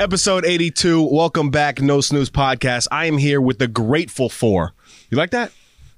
episode 82 welcome back no snooze podcast i am here with the grateful four you like that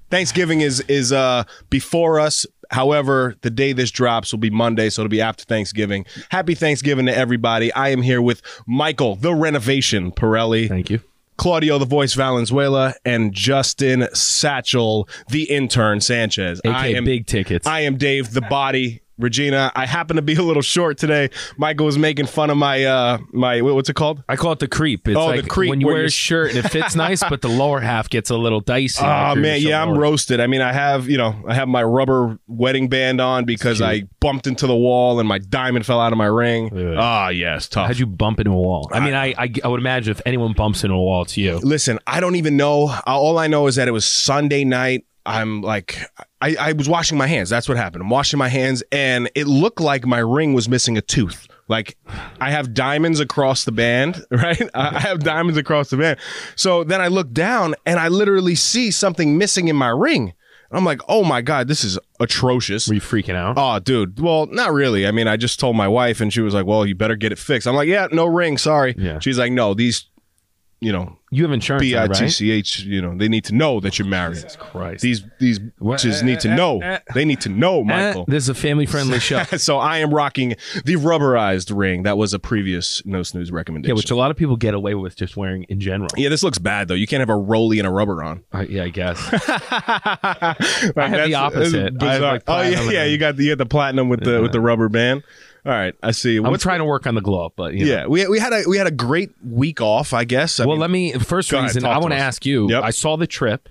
thanksgiving is is uh before us however the day this drops will be monday so it'll be after thanksgiving happy thanksgiving to everybody i am here with michael the renovation pirelli thank you Claudio, the voice Valenzuela, and Justin Satchel, the intern Sanchez. AK big tickets. I am Dave, the body. Regina, I happen to be a little short today. Michael was making fun of my uh my what's it called? I call it the creep. It's Oh, the like creep, when you where wear you're- a shirt and it fits nice, but the lower half gets a little dicey. Oh Like you're man, just yeah, a I'm lower- roasted. I mean, I have you know, I have my rubber wedding band on because I bumped into the wall and my diamond fell out of my ring. Ugh. Ah, yes, tough. How'd you bump into a wall? I mean, I, I I would imagine if anyone bumps into a wall, it's you. Listen, I don't even know. All I know is that it was Sunday night. I'm like, I, I was washing my hands. That's what happened. I'm washing my hands, and it looked like my ring was missing a tooth. Like, I have diamonds across the band, right? I I have diamonds across the band. So then I look down, and I literally see something missing in my ring. And I'm like, oh my God, this is atrocious. Were you freaking out? Oh, dude. Well, not really. I mean, I just told my wife, and she was like, well, you better get it fixed. I'm like, yeah, no ring. Sorry. Yeah. She's like, no, these, you know, you have insurance, B on I it, T right? C H. You know, they need to know that you're married. Christ. These these bitches need to know. They need to know, Michael. Eh, this is a family friendly show. so I am rocking the rubberized ring. That was a previous no snooze yeah, recommendation. which a lot of people get away with just wearing in general. Yeah, this looks bad though. You can't have a rolly and a rubber on. I, yeah, I guess. Like, have the that's- opposite. I have, bizarre. like, oh yeah, platinum yeah. and- You got the, you got the platinum with the with the rubber band. All right, I see. I'm What's- trying to work on the glow up, but you know. yeah, we, we had a we had a great week off. I guess. I well, mean, let me first Go ahead, reason talk I to want to us. ask you. Yep. Mm. I saw the trip.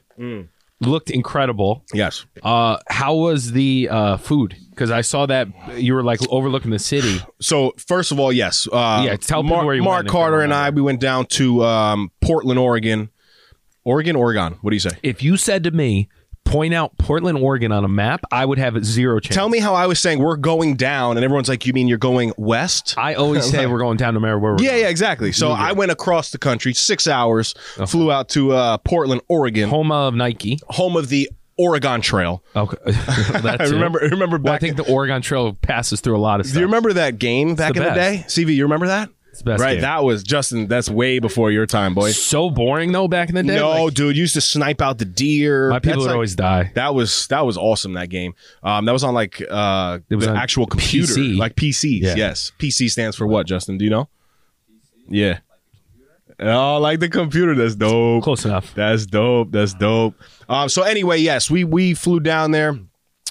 Looked incredible. yes. Uh, how was the uh, food? Because I saw that you were like overlooking the city. So first of all, yes. Uh, Yeah, tell people where you Mark went if Carter they and don't I, we went down to um, Portland, Oregon. Oregon, Oregon. What do you say? If you said to me, point out Portland, Oregon on a map, I would have zero chance. Tell me how I was saying we're going down, and everyone's like, "You mean you're going west?" I always say we're going down to matter where we're yeah, going. yeah, exactly. So I went across the country, six hours, flew out to uh, Portland, Oregon, Home of Nike. home of the Oregon Trail. Okay. That's I remember, It. remember back. Well, I think the Oregon Trail passes through a lot of stuff. do you remember that game back the in the day, best. CV? You remember that? the best right, game. that was Justin. That's way before your time, boy. so boring though back in the day. No, Like, dude, you used to snipe out the deer. my people That's would like- always die. That was that was awesome. That game. Um, that was on like uh, It was the on actual computer, PC. like PCs. Yeah. Yes, PC stands for what? Justin, do you know? Yeah. Oh, like the computer. That's dope. Close enough. That's dope. That's dope. Um, so anyway, yes, we we flew down there.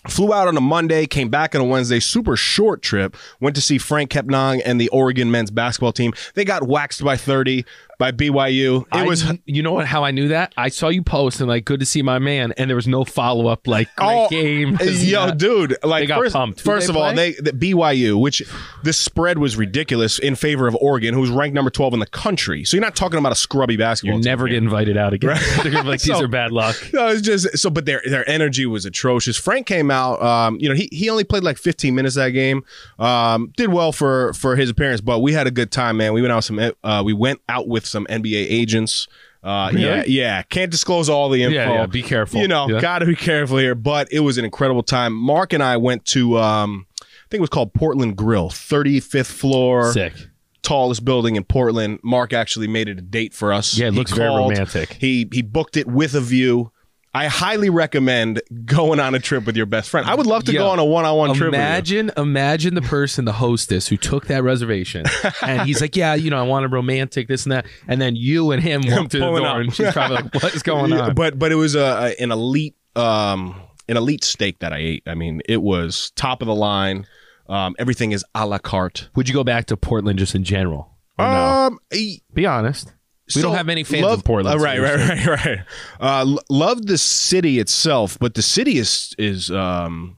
Flew out on a Monday, came back on a Wednesday, super short trip. Went to see Frank Kepnong and the Oregon men's basketball team. They got waxed by 30 by BYU. It I- was you know what? How I knew that? I saw you post and like, good to see my man, and there was no follow up. Like, great game. Oh, Yo, Yeah. dude, like They got first, pumped. Did first they of all, play? they the BYU, which the spread was ridiculous in favor of Oregon, who was ranked number 12 in the country. So you're not talking about a scrubby basketball. You team never here. get invited out again. They're gonna be like, these So- are bad luck. No, it's just so, but their their energy was atrocious. Frank came out, um, you know, he, he only played like 15 minutes that game. Um, did well for for his appearance, but we had a good time, man. We went out some, uh, we went out with some NBA agents. Uh, yeah, yeah. Can't disclose all the info. Yeah, yeah, be careful. You know, Yeah. gotta be careful here. But it was an incredible time. Mark and I went to, um, I think it was called Portland Grill, 35th floor Sick. tallest building in Portland. Mark actually made it a date for us. Yeah, it He looks very romantic. He he booked it with a view. I highly recommend going on a trip with your best friend. I would love to Yo, go on a one-on-one trip. With Imagine, imagine the person, the hostess who took that reservation, and he's like, "Yeah, you know, I want a romantic, this and that," and then you and him walk through the Pulling door, up. and she's probably like, "What is going you. on?" But but it was a, a- an elite um an elite steak that I ate. I mean, it was top of the line. Um, everything is a la carte. Would you go back to Portland just in general? Or no? Um, e- Be honest. We So, don't have many fans love- of Portland. Uh, right, so right, right, right. Uh, l- love the city itself, but the city is is um,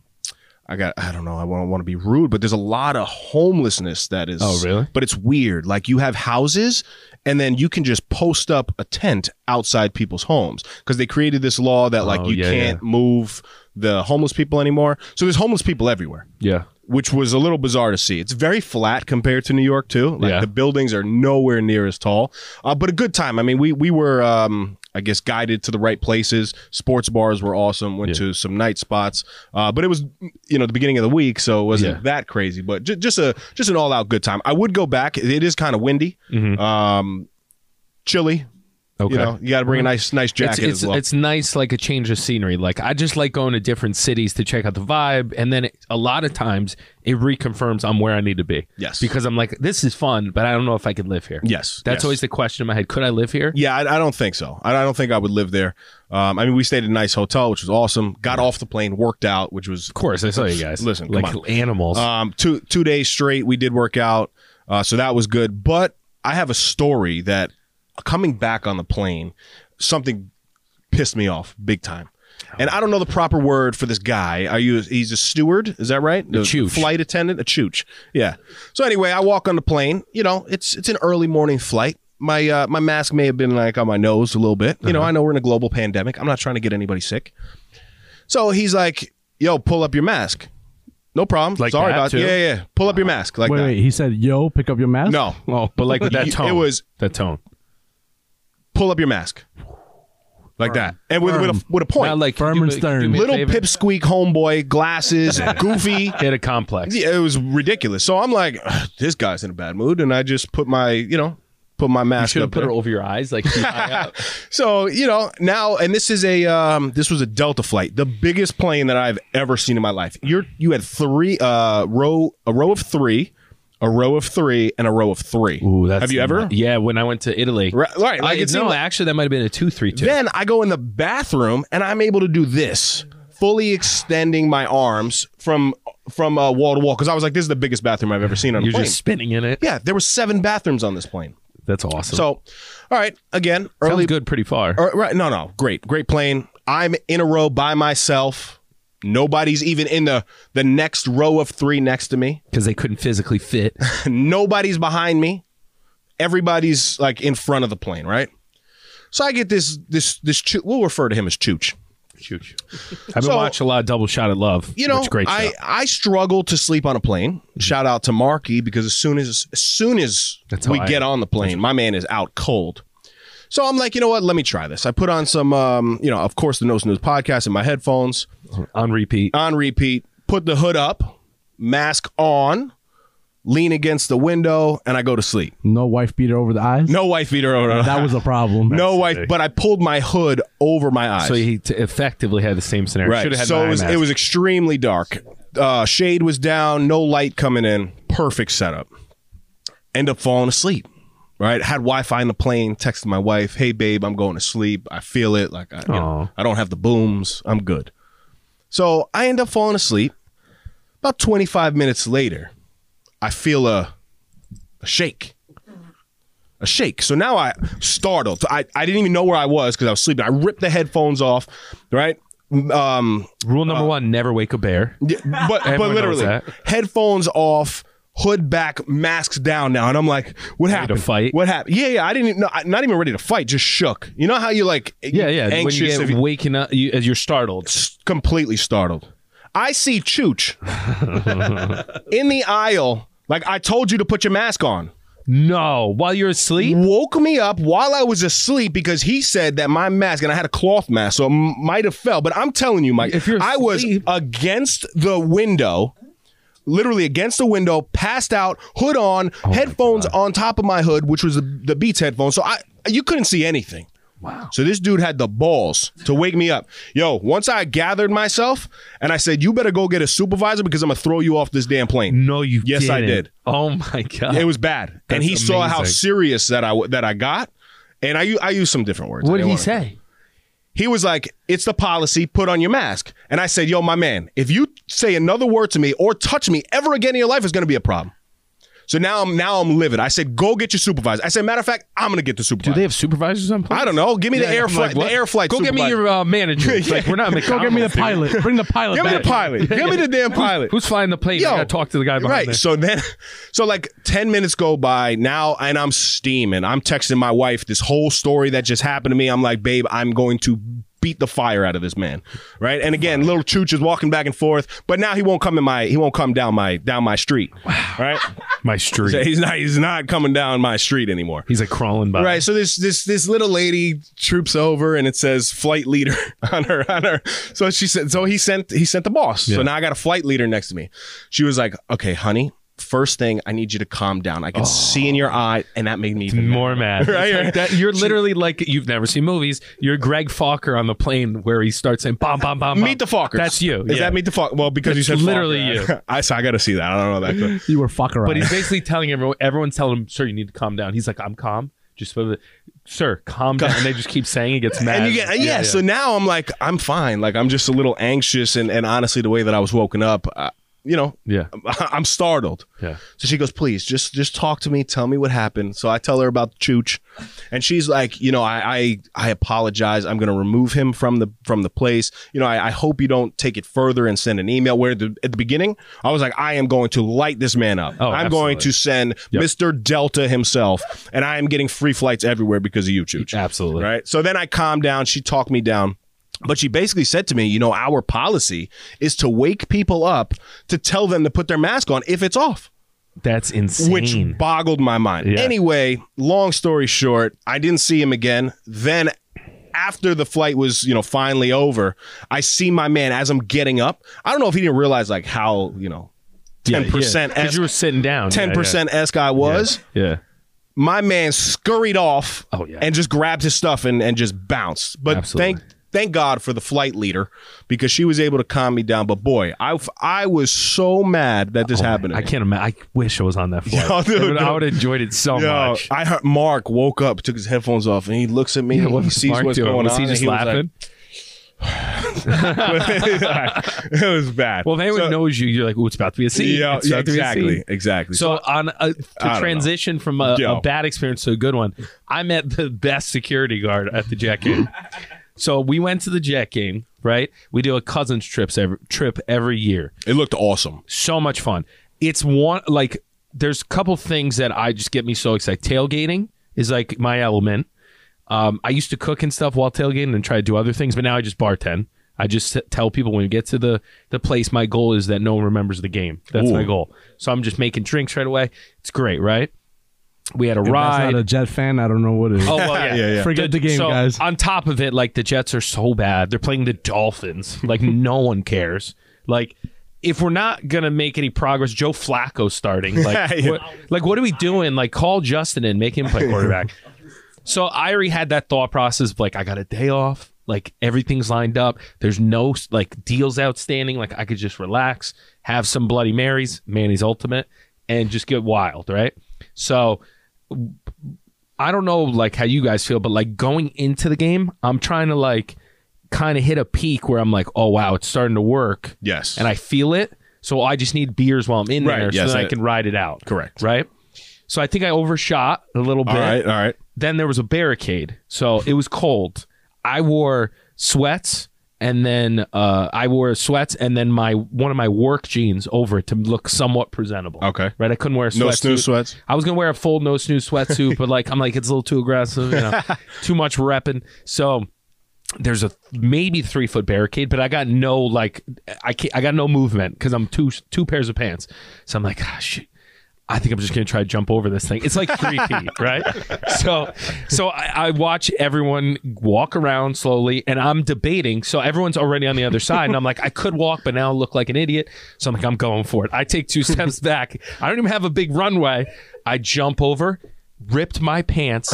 I got I don't know, I don't want to be rude, but there's a lot of homelessness that is Oh, really? But it's weird. Like you have houses and then you can just post up a tent outside people's homes because they created this law that like Oh, you yeah, can't move the homeless people anymore. So there's homeless people everywhere Yeah. which was a little bizarre to see. It's very flat compared to New York too. Like Yeah. the buildings are nowhere near as tall, uh, but a good time. I mean, we we were um, I guess guided to the right places. Sports bars were awesome. Went to some night spots, uh, but it was you know the beginning of the week, so it wasn't Yeah. that crazy. But j- just a just an all out good time. I would go back. It is kind of windy, um, chilly. Mm-hmm. Okay. Mm-hmm. You know, you got to bring a nice nice it's, jacket it's, as well. it's nice like a change of scenery like i just like going to different cities to check out the vibe and then it, a lot of times it reconfirms i'm where i need to be Yes. because i'm like this is fun but i don't know if i could live here Yes, that's yes. always the question in my head could i live here Yeah, I, I don't think so. I, I don't think I would live there. Um, I mean, we stayed at a nice hotel, which was awesome. Got off the plane, worked out, which was of course i saw you guys Listen, come like on. animals um, two two days straight. We did work out, uh, so that was good. But I have a story that coming back on the plane, something pissed me off big time. And I don't know the proper word for this guy. Are you? He's a steward, is that right? A chooch. flight attendant, a chooch. Yeah. So anyway, I walk on the plane. You know, it's it's an early morning flight. My uh, my mask may have been like on my nose a little bit. You know, I know we're in a global pandemic. I'm not trying to get anybody sick. So he's like, "Yo, pull up your mask." No problem. Like Sorry that, about too? Yeah, yeah. Pull up your mask like wait, that. wait. He said, "Yo, pick up your mask." No, well but like with that You- tone it was- that tone pull up your mask like that, and with with a, with a Not point. like Firm do and me- stern. do me a Little favor. pipsqueak homeboy, glasses, goofy. hit a complex Yeah, it was ridiculous. So I'm like, "Ugh, this guy's in a bad mood, and I just put my, you know, put my you mask should have up. put there. it over your eyes like keep eye out. So you know now, and this is a um, this was a Delta flight, the biggest plane that I've ever seen in my life. You're you had three uh row a row of three, a row of three, and a row of three. Ooh, that's have you ever? not- yeah when i went to italy Right, right, like I, it's no, not- actually that might have been a 232 Then I go in the bathroom and I'm able to do this, fully extending my arms from from uh, wall to wall because I was like, this is the biggest bathroom I've ever seen on a you're plane. just spinning in it yeah, there were seven bathrooms on this plane. that's awesome So, all right, again, Sounds early good pretty far all Uh, right, no, no, great, great plane. I'm in a row by myself. Nobody's even in the the next row of three next to me. because they couldn't physically fit. Nobody's behind me. Everybody's like in front of the plane, right? So I get this this this. Choo- we'll refer to him as Chooch. I've been So- watching a lot of Double Shot at Love. you know, which is great Mm-hmm. I, show. I struggle to sleep on a plane. Shout out to Marky because as soon as as soon as That's how we I get on the plane, my man is out cold. So I'm like, you know what? Let me try this. I put on some, um, you know, of course, the No Snooze podcast in my headphones on repeat. on repeat. Put the hood up, mask on, lean against the window, and I go to sleep. No wife beater over the eyes. No wife beater. that was a problem. no wife, but I pulled my hood over my eyes. so he t- effectively had the same scenario. Right. Should have had so an it eye was, mask. it was extremely dark. Uh, shade was down, no light coming in. Perfect setup. End up falling asleep. Right. Had Wi Fi in the plane, texted my wife, hey, babe, I'm going to sleep. I feel it. Like, I, you know, Aw. I don't have the booms. I'm good. So I end up falling asleep. About 25 minutes later, I feel a, a shake. A shake. So now I startled. I, I didn't even know where I was because I was sleeping. I ripped the headphones off, right? Um, Rule number one: never wake a bear. yeah, but Everyone but knows literally, that. headphones off, hood back, masks down now, and I'm like, what Ready to happened? fight? What happened? Yeah, yeah. I didn't. No, I- not even ready to fight. Just shook. You know how you like? Yeah, yeah. Anxious. when you get if you- waking up, you, as you're startled. s- completely startled. I see Chooch in the aisle. Like I told you to put your mask on. No, while you're asleep. Woke me up while I was asleep because he said that my mask and I had a cloth mask, so it m- might have fell. But I'm telling you, Mike, If you're I was asleep- against the window, literally against the window, passed out, hood on, headphones on top of my hood, which was the, the Beats headphones. So I you couldn't see anything. Wow. So this dude had the balls to wake me up. Yo, once I gathered myself and I said, "You better go get a supervisor because I'm gonna throw you off this damn plane." No, you. Yes, I didn't. did. Oh my god. It was bad, and That's he saw how amazing. serious that I w- that I got, and I u- I used some different words. I what did didn't he wanna- say? He was like, "It's the policy. Put on your mask." And I said, "Yo, my man, if you say another word to me or touch me ever again in your life, it's going to be a problem." So now I'm now I'm livid. I said, go get your supervisor. I said, matter of fact, I'm gonna get the Do supervisor. they have supervisors on place? I don't know. Give me the air I'm flight. what? the air flight. Go get me supervisor. your uh, manager. It's Like, we're not. Go get me the McDonald's, dude. pilot. Bring the pilot. Give me the back. pilot. Give me the damn pilot. Who's flying the plane? I Yo. gotta talk to the guy behind right. there. So then, so like 10 minutes go by now, and I'm steaming. I'm texting my wife this whole story that just happened to me. I'm like, babe, I'm going to beat the fire out of this man. Right. And again, little Chooch is walking back and forth, but now he won't come in my, he won't come down my, down my street. Right. My street. So he's not, he's not coming down my street anymore. He's like crawling by. Right. So this this this little lady troops over and it says flight leader on her on her. So she said so he sent he sent the boss. So now I got a flight leader next to me. She was like, "Okay, honey, first thing I need you to calm down. Oh. I can see in your eye and that made me even more More mad. Right, It's like right. that- you're literally like you've never seen movies. You're Greg Falker on the plane where he starts saying bomb bomb bomb. Meet the Fockers. That's you. Is yeah. that meet the Fockers? Well, because That's you said literally Fokker. you. I so I got to see that. I don't know that. clip. You were fucker. But he's basically telling everyone. Everyone's telling him, "Sir, you need to calm down." He's like, "I'm calm." Just for the, sir, calm down. And they just keep saying it gets mad. And you get yeah, So now I'm like I'm fine. Like I'm just a little anxious and and honestly the way that I was woken up, uh, you know, yeah, I'm startled. yeah. So she goes, please, just just talk to me. Tell me what happened. So I tell her about Chooch, and she's like, you know, I I, I apologize. I'm going to remove him from the from the place. You know, I, I hope you don't take it further and send an email. Where the, at the beginning, I was like, I am going to light this man up. Oh, I'm absolutely. going to send Mr. Delta himself, and I am getting free flights everywhere because of you, Chooch. Absolutely. Right. So then I calmed down. She talked me down. But she basically said to me, you know, our policy is to wake people up to tell them to put their mask on if it's off That's insane. which boggled my mind. Yeah. Anyway, long story short, I didn't see him again. Then after the flight was, you know, finally over, I see my man as I'm getting up. I don't know if he didn't realize like how, you know, 10% Because esque you were sitting down. Yeah, yeah. 10% esque I was. Yeah. My man scurried off Oh, yeah. and just grabbed his stuff and, and just bounced. But Absolutely. thank thank God for the flight leader because she was able to calm me down. But boy, I I was so mad that this happened. to Oh, I me. can't imagine. I wish I was on that flight. Yo, dude, I would- I no. would have enjoyed it so Yo, much. I heard Mark woke up, took his headphones off, and he looks at me. and he sees what's going was on. he and just was like- laughing? it was bad. well, if anyone So- knows you, you're like, "Ooh, it's about to be a scene." Yeah, It's about to be a exactly, scene." exactly. So on a, don't to know. transition from a, Yo. a bad experience to a good one, I met the best security guard at the Jet game. so we went to the Jet game, right? We do a cousins trips every trip every year. it looked awesome. so much fun. It's one like there's a couple things that I just get me so excited. Tailgating is like my element. Um, I used to cook and stuff while tailgating and try to do other things, but now I just bartend. I just s- tell people when we get to the the place, my goal is that no one remembers the game. That's my Ooh. goal. So I'm just making drinks right away. It's great, right? We had a If that's ride. not a Jet fan. I don't know what is. oh well, yeah, Yeah, yeah. Forget the game, so guys. On top of it, like the Jets are so bad. They're playing the Dolphins. Like no one cares. Like if we're not gonna make any progress, Joe Flacco starting. Like Yeah. what, like what are we doing? Like call Justin and make him play quarterback. so I already had that thought process of like I got a day off. Like everything's lined up. There's no like deals outstanding. Like I could just relax, have some Bloody Marys, Manny's Ultimate, and just get wild, right? So I don't know like how you guys feel, but like going into the game, I'm trying to like kind of hit a peak where I'm like, oh wow, it's starting to work, Yes, and I feel it. So I just need beers while I'm in Right, there, yes, so that I I- can ride it out. Correct. Right. So I think I overshot a little bit. all right, all right. Then there was a barricade, so it was cold. I wore sweats, and then uh, I wore sweats, and then my one of my work jeans over it to look somewhat presentable. Okay. Right. I couldn't wear a No sweatsuit. snooze sweats. I was gonna wear a full no snooze sweatsuit, but like I'm like it's a little too aggressive, you know, too much repping. So there's a maybe three foot barricade, but I got no like I can't, I got no movement because I'm two two pairs of pants. So I'm like, ah, shoot. I think I'm just gonna try to jump over this thing. It's like three feet, right? So, so I, I watch everyone walk around slowly, and I'm debating. So everyone's already on the other side, and I'm like, I could walk, but now I look like an idiot. So I'm like, I'm going for it. I take two steps back. I don't even have a big runway. I jump over, ripped my pants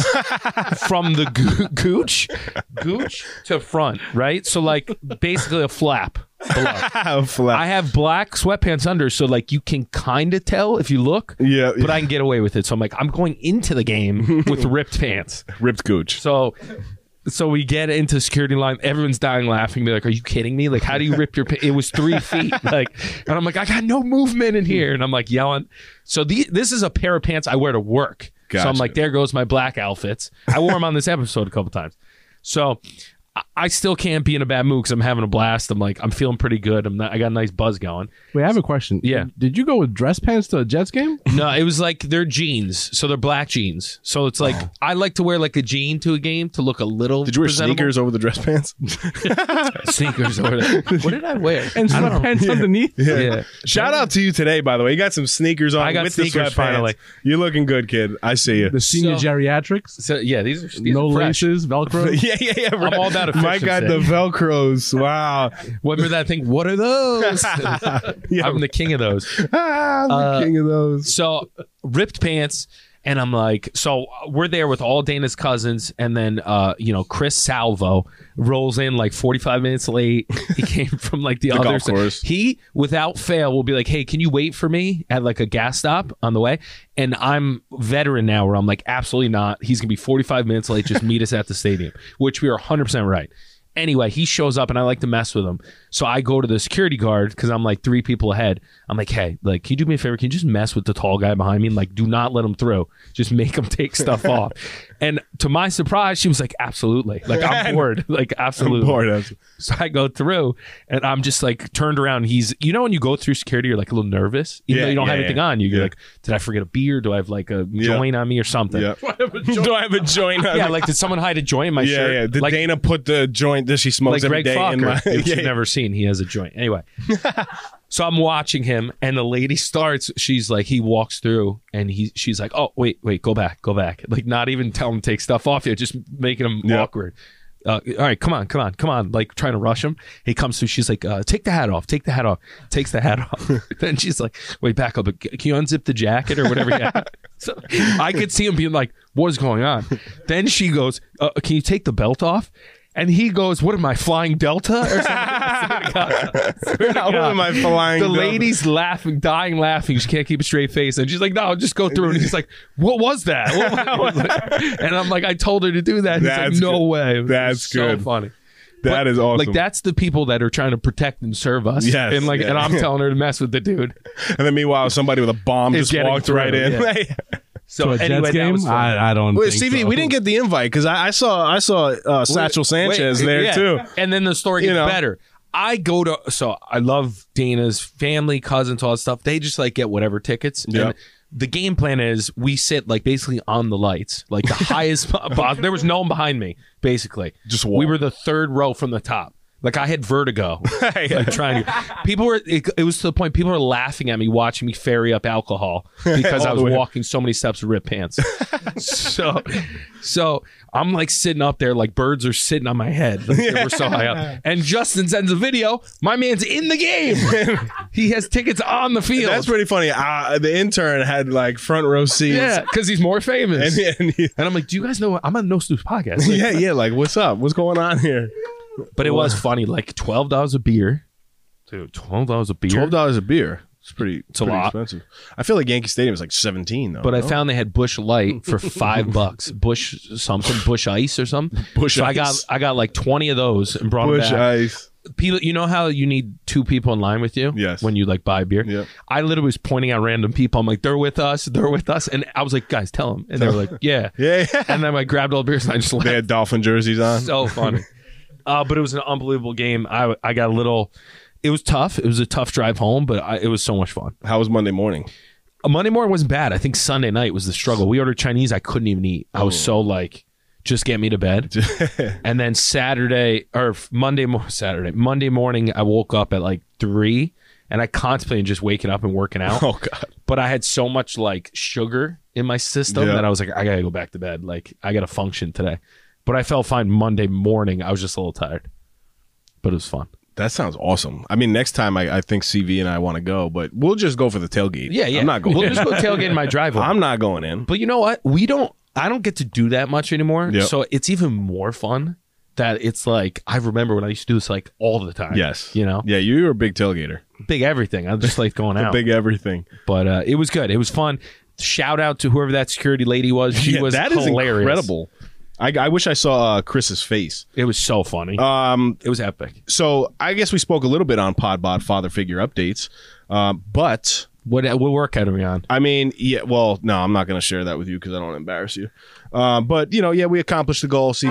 from the goo- gooch, gooch to front, right? So like basically a flap below. I have black sweatpants under, so like you can kind of tell if you look. Yeah, But I can get away with it. So I'm like, I'm going into the game with ripped pants. ripped gooch. So So we get into security line. Everyone's dying laughing. Be like, "Are you kidding me? Like, how do you rip your?" Pa-? It was three feet. Like, and I'm like, "I got no movement in here," and I'm like yelling. So the, this is a pair of pants I wear to work. So I'm Gotcha. like, "There goes my black outfits." I wore them on this episode a couple times. So I- I still can't be in a bad mood because I'm having a blast. I'm like, I'm feeling pretty good. I'm not, I got a nice buzz going. Wait, I have a question. Yeah. Did you go with dress pants to a Jets game? No, it was like they're jeans, so they're black jeans. So it's like I like to wear like a jean to a game to look a little. Oh. Did you wear presentable. sneakers over the dress pants? Sneakers. Or whatever. what did I wear? And some pants underneath? yeah. Shout out to you today, by the way. You got some sneakers on. I got with the sneakers sweatpants. finally. You're looking good, kid. I see you. The senior So- geriatrics? So yeah, these are these No are fresh. laces, Velcro? yeah, yeah, yeah. right. all about Mike got the efficiency. Velcros. Wow. Remember that thing? What are those? I'm the king of those. Ah, I'm the king of those. So ripped pants. And I'm like, so we're there with all Dana's cousins, and then uh, you know Chris Salvo rolls in like 45 minutes late. He came from like the, The other golf course. He, without fail, will be like, "Hey, can you wait for me at like a gas stop on the way?" And I'm veteran now, where I'm like, "Absolutely not. He's gonna be 45 minutes late. Just meet us at the stadium," which we are 100 percent right. Anyway, he shows up, and I like to mess with him, so I go to the security guard because I'm like three people ahead. I'm like, "Hey, like, can you do me a favor? Can you just mess with the tall guy behind me and like, do not let him through. Just make him take stuff off." And to my surprise, she was like, "Absolutely. Like, I'm bored. Like, absolutely." Bored of- So I go through and I'm just like turned around. He's, you know, when you go through security, you're like a little nervous, even Yeah, though you don't yeah, have anything yeah. on you. You're Yeah. like, did I forget a beer? Do I have like a Yeah. joint on me or something? Yeah. Do I have a joint? on Yeah, me? like did someone hide a joint in my yeah, shirt? yeah. Did like, Dana put the joint that she smokes like every Greg day Fokker, in my? which Yeah, you've never seen. He has a joint. Anyway, so I'm watching him, and the lady starts. She's like, he walks through, and he, she's like, oh wait, wait, go back, go back. Like not even tell him to take stuff off yet, just making him Yeah. awkward. Uh, all right, come on, come on, come on. Like trying to rush him. He comes through. She's like, uh, take the hat off, take the hat off, takes the hat off. then she's like, wait, back up. Can you unzip the jacket or whatever? Yeah. so I could see him being like, what is going on? Then she goes, uh, can you take the belt off? And he goes, what am I, flying Delta or something? I swear to God. I swear to How God. am I flying? The Bill? lady's laughing, dying laughing. She can't keep a straight face. And she's like, no, just go through. And he's like, what was that? What was that?" and I'm like, I told her to do that. And he's That's like, no good. way. It was That's so good. funny. That is awesome. Like, that's the people that are trying to protect and serve us. Yes, and like, yeah. and I'm telling her to mess with the dude. And then meanwhile, somebody with a bomb Is just getting walked right through, in. So To a anyway, Jets that game? was fun. I, I don't Wait, think CV, so. we didn't get the invite because I, I saw I saw uh, Satchel Sanchez Wait, there yeah. too. And then the story gets You know. better. I go to so I love Dana's family, cousins, all that stuff. They just like get whatever tickets. Yeah. And the game plan is we sit like basically on the lights, like the highest. po- po- there was no one behind me, basically. Just we walk. were the third row from the top. Like I had vertigo. Like trying to, people were. It, it was to the point people were laughing at me watching me ferry up alcohol because I All was the way up. walking so many steps with ripped pants. so, so I'm like sitting up there, like birds are sitting on my head. Like, they We're so high up. And Justin sends a video. My man's in the game. he has tickets on the field. That's pretty funny. Uh, the intern had like front row seats. yeah, because he's more famous. And, And, and he- I'm like, do you guys know? what- I'm on No Snooze podcast. Like, yeah, yeah. Like, what's up? What's going on here? But it was funny. Like twelve dollars a beer. Dude, twelve dollars a beer. Twelve dollars a beer. It's pretty. It's a pretty lot. expensive. I feel like Yankee Stadium is like seventeen though. But I no? found they had Bush Light for five bucks. Bush something, Bush Ice or something. Bush so I Ice. got I got like twenty of those and brought Bush them back. Ice. People, you know how you need two people in line with you? Yes. When you like buy beer. Yeah. I literally was pointing out random people. I'm like, they're with us, they're with us, and I was like, guys, tell them, and they were like, yeah. Yeah, yeah. And then I grabbed all the beers and I just left They had dolphin jerseys on. so funny. Uh, but it was an unbelievable game. I I got a little. It was tough. It was a tough drive home, but I, it was so much fun. How was Monday morning? Uh, Monday morning wasn't bad. I think Sunday night was the struggle. We ordered Chinese. I couldn't even eat. I was so like, just get me to bed. and then Saturday or Monday, mo- Saturday, Monday morning, I woke up at like three, and I contemplated just waking up and working out. Oh God. But I had so much like sugar in my system Yeah. that I was like, I gotta go back to bed. Like I gotta function today. But I felt fine Monday morning. I was just a little tired, but it was fun. That sounds awesome. I mean, next time I, I think CV and I want to go, but we'll just go for the tailgate. Yeah, yeah. I'm not going. We'll in. just go tailgate in my driveway. I'm not going in. But you know what? We don't. I don't get to do that much anymore. Yep. So it's even more fun that it's like I remember when I used to do this like all the time. Yes. you know, Yeah, you were a big tailgater. big everything. I just like going out. Big everything. but uh, it was good. It was fun. Shout out to whoever that security lady was. She Yeah, was that is hilarious. incredible. I, I wish I saw uh, Chris's face. It was so funny. Um, it was epic. so I guess we spoke a little bit on Podbot father figure updates, um, but What what work had we on? I mean, yeah. Well, no, I'm not going to share that with you because I don't want to embarrass you. Um, but you know, yeah, we accomplished the goal. CB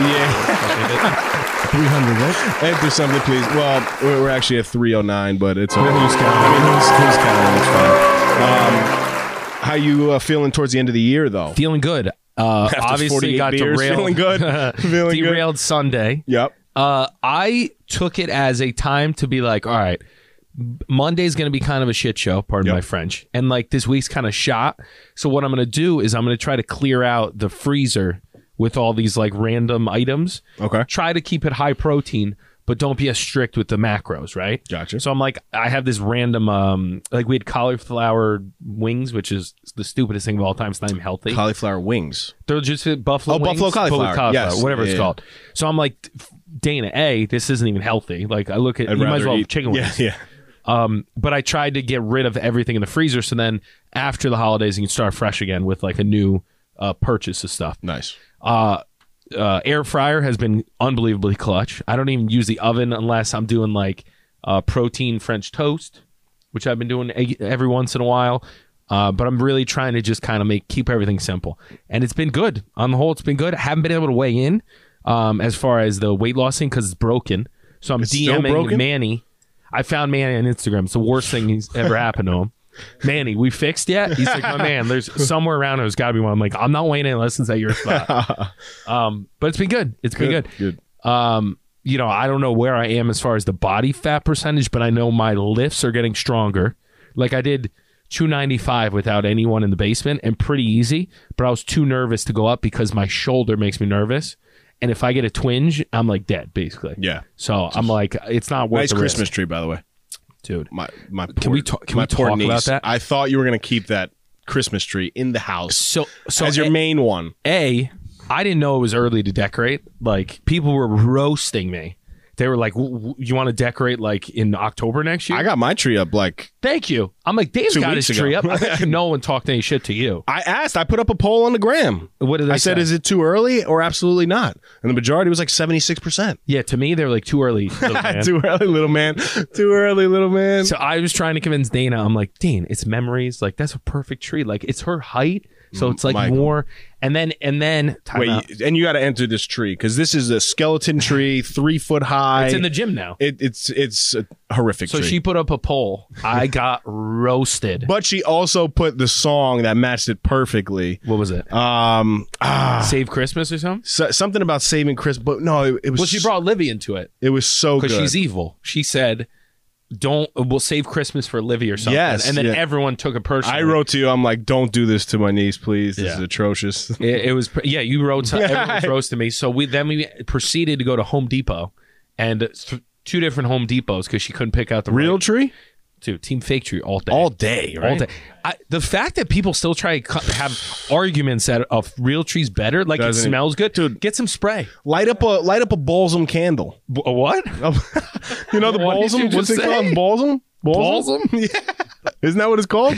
yeah, 300, right? enter something, please. Well, we're we're actually at 309, but it's okay. who's counting? I mean, who's, who's counting? It's fine. Um, how you uh, feeling towards the end of the year, though? Feeling good. Uh, After obviously 48 got beers, derailed. feeling good, feeling good. derailed Sunday. Yep. Uh, I took it as a time to be like, all right, Monday's going to be kind of a shit show, pardon Yep. my French. And like this week's kind of shot. So what I'm going to do is I'm going to try to clear out the freezer with all these like random items. Okay. Try to keep it high protein, but don't be as strict with the macros, right? Gotcha. So I'm like, I have this random, um, like we had cauliflower wings, which is the stupidest thing of all time. It's not even healthy. Cauliflower wings. They're just uh, buffalo. Oh, wings, buffalo but with cauliflower. Yes. whatever Yeah, it's yeah. called. So I'm like, Dana, a this isn't even healthy. Like I look at I'd you might rather as well eat have chicken wings. Yeah, yeah. Um, but I tried to get rid of everything in the freezer, so then after the holidays, you can start fresh again with like a new uh, purchase of stuff. Nice. Uh, uh, air fryer has been unbelievably clutch. I don't even use the oven unless I'm doing like uh, protein French toast, which I've been doing e- every once in a while. Uh, but I'm really trying to just kind of make keep everything simple, and it's been good on the whole. It's been good. I haven't been able to weigh in um, as far as the weight loss thing because it's broken. So I'm It's still DMing broken? Manny. I found Manny on Instagram. It's the worst thing he's ever happened to him. Manny, we fixed yet? He's like, my man, there's somewhere around it. There's got to be one. I'm like, I'm not weighing in unless it's at your spot. Um, but it's been good. It's been good. Good. Um, you know, I don't know where I am as far as the body fat percentage, but I know my lifts are getting stronger. Like I did 295 without anyone in the basement and pretty easy, but I was too nervous to go up because my shoulder makes me nervous. And if I get a twinge, I'm like dead basically. Yeah. So I'm like, it's not worth nice the risk, Christmas tree, by the way. dude. My my. Poor, we ta- can my we poor talk niece. about that? I thought you were gonna keep that Christmas tree in the house So, so as your a, main one. a, I didn't know it was early to decorate. Like people were roasting me. They were like, w- w- "You want to decorate like in October next year?" I got my tree up. Like Thank you. I'm like, Dave's Two got weeks his ago. tree up. I bet you no one talked any shit to you. I asked, I put up a poll on the gram. What did they I said, say? "Is it too early or absolutely not?" And the majority was like seventy six percent. yeah, to me, they're like too early. little man. Too early, little man. Too early, little man. so I was trying to convince Dana. I'm like, Dane, it's memories. Like that's a perfect tree. Like it's her height, so it's like Michael. more. And then and then time Wait, out. you- and you got to enter this tree because this is a skeleton tree, three foot high. it's in the gym now. It, it's it's a horrific. So tree. she put up a poll. I got roasted. but she also put the song that matched it perfectly. what was it? Um, ah, Save Christmas or something? so- something about saving Chris, but no, it, it was Well, she brought Livy into it it was so good. because she's evil. She said, "Don't we'll save Christmas for Livy or something." Yes, and then yeah. everyone took it personally. I wrote to you, I'm like, don't do this to my niece, please. This Yeah. is atrocious. It, it was pre- yeah. You wrote to, everyone wrote to me. So we then we proceeded to go to Home Depot and th- two different Home Depots because she couldn't pick out the Real right- tree dude team fake tree all day. all day, right? All day. I, the fact that people still try to co- have arguments that a real tree's better, like Doesn't it it- smells good, dude. Get some spray. Light up a light up a balsam candle. B- a what? You know the What did you balsam. just What's it say? called? Balsam. Balsam. yeah. Isn't that what it's called?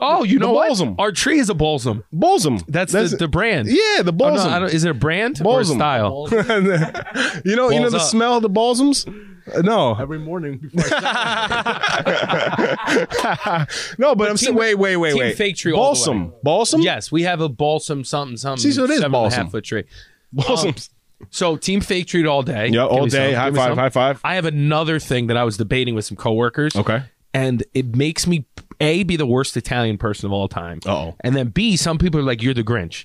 Oh, you The know what? balsam. Our tree is a balsam. Balsam. That's, the, the brand. yeah, the Oh, no, balsam. I don't- is it a brand Balsam. or a style? you know, you know Balls the up. smell of the balsams. Uh, No, Every morning before I no, but I'm team- saying, wait, wait, wait, team wait. fake tree all the way. balsam, balsam, Yes, we have a balsam something something. See, so it is seven and a half balsam. foot tree. balsams. So team fake treat all day. yeah, Give all me some, day. give High me five, some. high five. I have another thing that I was debating with some coworkers. Okay. And it makes me A be the worst Italian person of all time. Uh-oh. And then B, some people are like, You're the Grinch.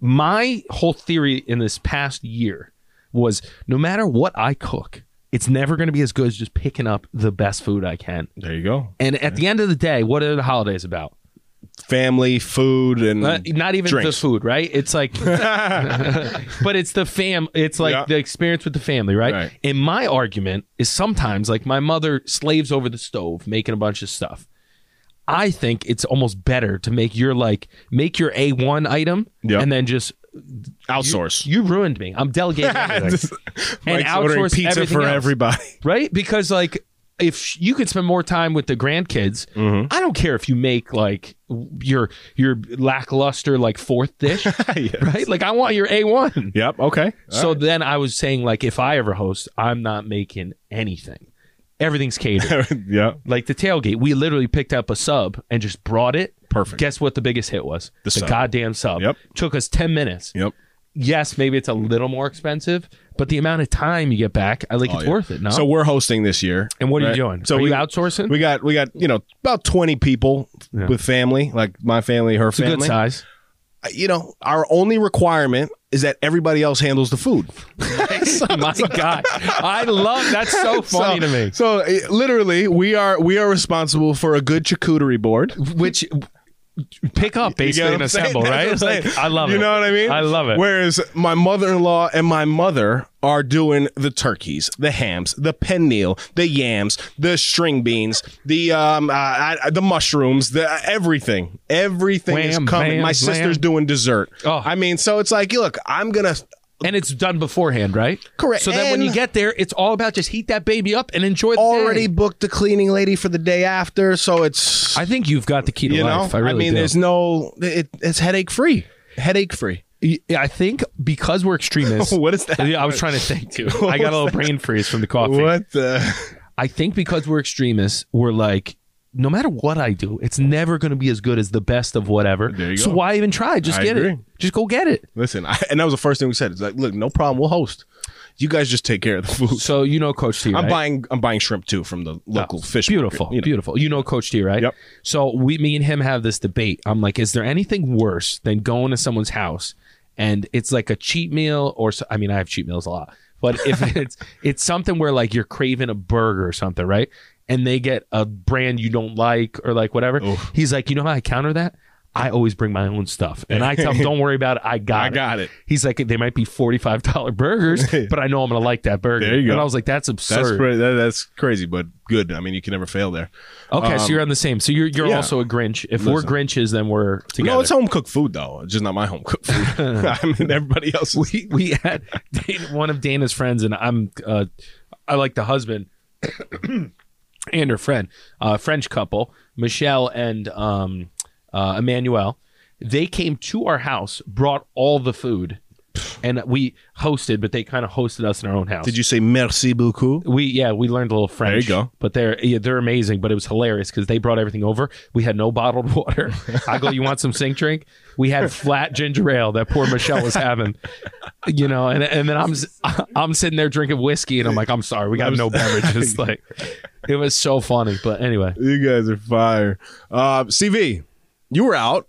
My whole theory in this past year was no matter what I cook, it's never gonna be as good as just picking up the best food I can. There you go. And at the end of the day, what are the holidays about? Family, food, and Uh, not even drinks. the food, right? It's like, but it's the fam. It's like Yeah. the experience with the family, right? Right. And my argument is sometimes like my mother slaves over the stove making a bunch of stuff. I think it's almost better to make your like make your A one item Yeah. and then just outsource. you ruined me. I'm delegating everything, Just- Mike's ordering outsource pizza everything for else. everybody. right? Because like if you could spend more time with the grandkids, Mm-hmm. I don't care if you make like your your lackluster like fourth dish, right? Like I want your A one. Yep. Okay. So then I was saying like if I ever host, I'm not making anything. Everything's catered. yeah. like the tailgate, we literally picked up a sub and just brought it. Perfect. Guess what the biggest hit was? The sub. goddamn sub. Yep. Took us 10 minutes. Yep. Yes, maybe it's a little more expensive, but the amount of time you get back, I think Oh, it's yeah. worth it. No. So we're hosting this year. and what are right? you doing? So are we you outsourcing? we got we got you know about twenty people Yeah. with family, like my family, her it's a good family. size. You know, our only requirement is that everybody else handles the food. My God, I love that's so funny so, to me. So uh, literally, we are we are responsible for a good charcuterie board. Which pick up You basically get and what I'm saying? assemble, That's right? what I'm Like, saying. I love it. You know what I mean? I love it. Whereas my mother-in-law and my mother are doing the turkeys, the hams, the penneal, the yams, the string beans, the um, uh, I, the mushrooms, the uh, everything. Everything is Wham, coming. bam, my sister's blam. doing dessert. Oh. I mean, so it's like, look, I'm gonna. and it's done beforehand, right? Correct. So then when you And- get there, it's all about just heat that baby up and enjoy the Already day. booked the cleaning lady for the day after, so it's I think you've got the key to you know. life. I really mean, do. there's no it, it's headache free, headache free. Y- I think because we're extremists. What is that? Yeah, I was trying to think too. I got a little brain freeze from the coffee. What the? I think because we're extremists, we're like, no matter what I do, it's never going to be as good as the best of whatever. There you so go. why even try? Just I get it. agree. Just go get it. Listen, I, and that was the first thing we said. It's like, look, no problem. We'll host. You guys just take care of the food. So you know Coach T, right? Oh, I'm buying. I'm buying shrimp too from the local fish. Beautiful, market, you know. beautiful. You know Coach T, right? Yep. So we, me and him have this debate. I'm like, is there anything worse than going to someone's house and it's like a cheat meal or so, I mean, I have cheat meals a lot, but if it's it's something where like you're craving a burger or something, right? And they get a brand you don't like or like whatever. He's like, you know how I counter that? I always bring my own stuff, and I tell them, "Don't worry about it. I got I it." got it. He's like, "They might be forty-five dollar burgers, but I know I'm gonna like that burger." There you go. And I was like, "That's absurd." That's pretty, that, that's crazy, but good. I mean, you can never fail there. Okay, so you're on the same. So you're you're yeah. also a Grinch. If we're Listen. Grinches, then we're together. No, it's home cooked food though. It's just not my home cooked food. I mean, everybody else. we we had Dana, one of Dana's friends, and I'm uh, I like the husband and her friend, uh, French couple, Michelle and um, uh, Emmanuel. They came to our house, brought all the food, and we hosted, but they kind of hosted us in our own house. Did you say merci beaucoup? We yeah, we learned a little French. go. But they're yeah, they're amazing. But it was hilarious because they brought everything over. We had no bottled water. I go, you want some sink drink? We had flat ginger ale that poor Michelle was having. You know, and and then I'm s- I'm sitting there drinking whiskey, and I'm like, I'm sorry, we got no beverages. Like, it was so funny. But anyway, You guys are fire. Uh, CV, you were out.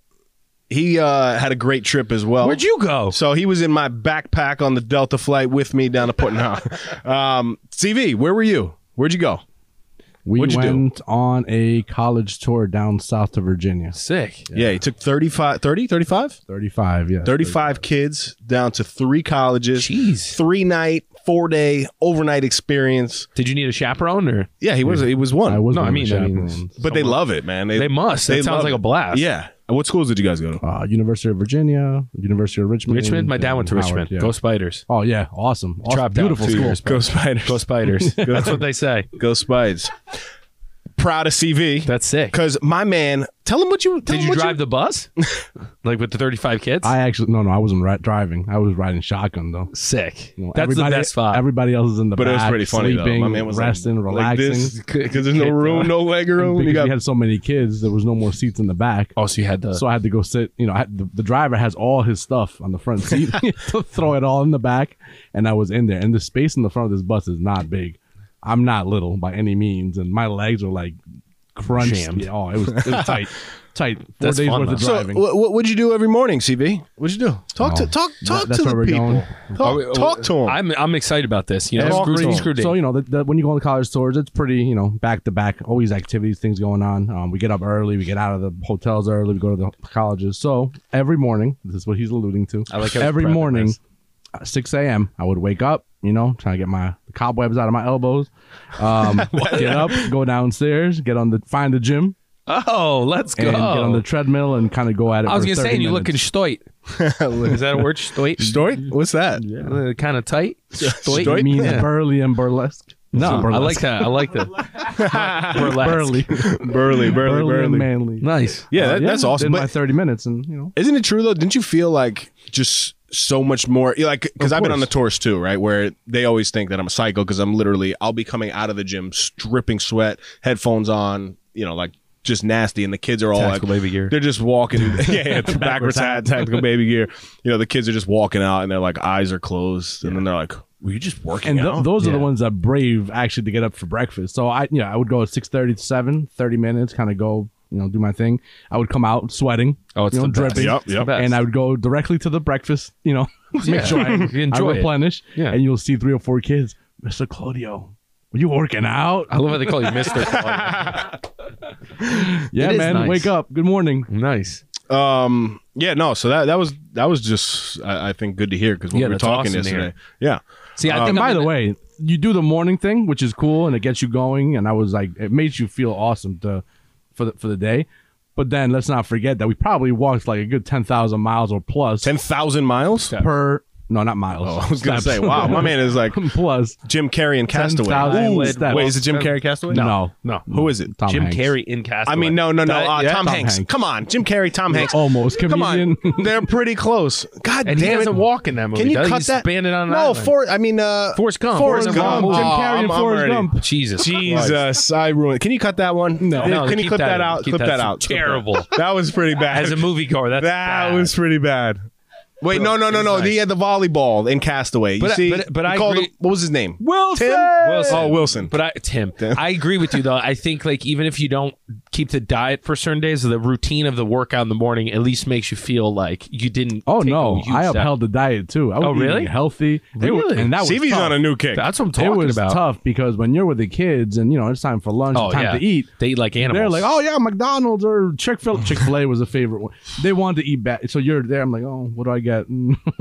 He uh, had a great trip as well. where'd you go? So he was in my backpack on the Delta flight with me down to Putnam. um, CV, where were you? Where'd you go? We What'd you do? went on a college tour down south to Virginia. Sick. Yeah, he took 35, 30, 35? 35, yeah. 35 kids down to three colleges. Jeez. Three night, four day, overnight experience. Did you need a chaperone or? Yeah, he was he was one. I was No, one I of mean, the I mean, chaperones. but they love it, man. They must. That they sounds love like it. a blast. Yeah. What schools did you guys go to? uh, University of Virginia, University of Richmond. Richmond. My dad and went to Howard, Richmond. yeah. Go Spiders. oh, yeah. Awesome. awesome. Dropped out Beautiful two school. years. Go Spiders. Go Spiders. That's what they say. Go Spides. Proud of CV. That's sick. Because my man, tell him what you tell Did him you what drive the bus? like with the 35 kids? I actually, no, no, I wasn't ri- driving. I was riding shotgun, though. Sick. You know, That's the everybody- best spot. Everybody else is in the But back, it was pretty funny sleeping, though. My man was like- resting, like relaxing. uh, because there's no room, no leg room. because You got we had so many kids, there was no more seats in the back. oh, so you had the. So I had to go sit. You know, I had, the, the driver has all his stuff on the front seat. to throw it all in the back, and I was in there. And the space in the front of this bus is not big. I'm not little by any means, and my legs were like crunched. Jammed. Yeah, oh, it was, it was tight, tight. Four That's days fun, worth of though. So, driving. what what would you do every morning, CB? What'd you do? Talk to No. talk talk that's to the where we're people. going. Talk, talk to them. I'm, I'm excited about this. You know, Every- screw, screw so you know the, the, when you go on the college tours, it's pretty you know back to back, always activities, things going on. Um, we get up early, we get out of the hotels early, we go to the colleges. So every morning, this is what he's alluding to. I like how he's every prepping morning, this. uh, six a.m. I would wake up, you know, trying to get my cobwebs out of my elbows. Um, get up, go downstairs, get on the find the gym, oh, let's go. and get on the treadmill and kind of go at it. I was for going to say, 30 and you minutes. looking stoit. Is that a word? Stoit? Story? What's that? Uh, kind of tight? Stoit? Stoit? mean Yeah. burly and burlesque. No, I like Burlesque. that. I like that. Burlesque. Burley, Burly, burly, burly. Burley, and manly. Nice. Yeah, Uh, that, that's awesome. Did But my thirty minutes, and you know, isn't it true though? Didn't you feel like just so much more like because I've been on the course. tours too, right? Where they always think that I'm a psycho because I'm literally I'll be coming out of the gym stripping sweat, headphones on, you know, like just nasty, and the kids are all Tactical like baby gear. They're just walking, yeah, yeah backwards hat, tactical baby gear. You know, the kids are just walking out, and they're like eyes are closed, and then they're like, "Were you just working and th- out?" those are the Yeah. ones that brave actually to get up for breakfast. So I, you know, I would go at six thirty to 7, 30 minutes, kind of go, you know, do my thing. I would come out sweating, Oh, it's you the know, best. dripping, Yep, It's the yep. best. and I would go directly to the breakfast. You know, make Yeah. sure I, You enjoy I it. replenish. Yeah. and you'll see three or four kids, Mister Claudio. Were you working out? I love how they call you Mister. Claudio. Yeah, It is man. nice. Wake up. Good morning. nice. um yeah no so that that was that was just i, I think good to hear because we Yeah, were that's talking awesome to hear. yesterday yeah See, I and think. by I'm the in way, you do the morning thing, which is cool, and it gets you going. And I was like, it made you feel awesome to for the for the day. But then let's not forget that we probably walked like a good ten thousand miles or plus 10,000 miles per. No, not miles. oh, i was gonna Steps. say wow my man is like plus jim carrey and castaway 10,000 Ooh, steps. wait is it jim carrey castaway no, no. who is it Tom Jim Hanks. Carrey in Castaway. i mean no no no That- uh, yeah. tom, Tom hanks. Hanks. come on jim carrey tom hanks almost come comedian. on they're pretty close god And he damn doesn't it walk in that movie. can you does he? cut He's that stranded on an no island. for i mean uh Forrest Gump. Forrest Forrest Gump. Gump. Jim Oh, Carrey I'm- and I'm Forrest already- Gump. Jesus. Christ. Jesus, I ruined. Can you cut that one? No. No, can you keep clip that, that in. out? Keep clip that that in. out. Clip that- Terrible. That was pretty bad. As a moviegoer, that's That bad. was pretty bad. Wait, no, no, no, it was no. nice. He had the volleyball in Castaway. You But I- see, but- but He I called agree- him- what was his name? Wilson. Tim. Wilson. Oh, Wilson. But I, Tim, I agree with you though. I think like even if you don't keep the diet for certain days, the routine of the workout in the morning at least makes you feel like you didn't. Oh take no, a huge I step. upheld the diet too. I was Oh, really? eating healthy. It was- Really? and that was CV's tough. on a new kick. That's what I'm It talking was about. tough because when you're with the kids and you know it's time for lunch, Oh time yeah, to eat. They eat like animals. They're like, oh yeah, McDonald's or Chick Fil Chick Fil A was a favorite one. They wanted to eat bad, so you're there. I'm like, oh, what do I get?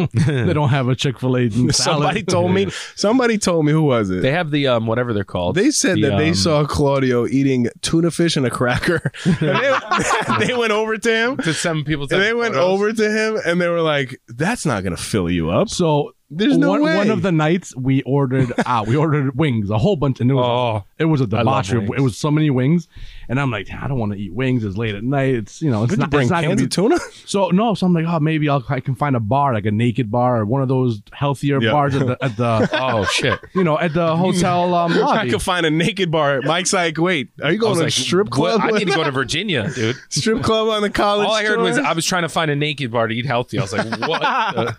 they don't have a Chick Fil A salad. somebody told me. Somebody told me who was it? They have the um whatever they're called. They said The, that they um, saw Claudio eating tuna fish and a cracker. And they, they went over to him. to some people. And they went over to him and they were like, "That's not gonna fill you up." So There's no one, way. One of the nights we ordered out, we ordered wings, a whole bunch, and it was Oh, it was a I love debauchery. wings. It was so many wings, and I'm like, I don't want to eat wings. It's late at night. It's you know, it's Did you not, bring it's not gonna cans be of tuna? So no, so I'm like, oh, maybe I'll, I can find a bar, like a naked bar or one of those healthier Yeah. bars at the, at the Oh shit! you know at the hotel um, I lobby. could find a naked bar. Mike's like, "Wait, are you I going was to like, strip club? what- I need to go to Virginia, dude. strip club on the college." All I heard was tour? I was trying to find a naked bar to eat healthy. I was like, what? the-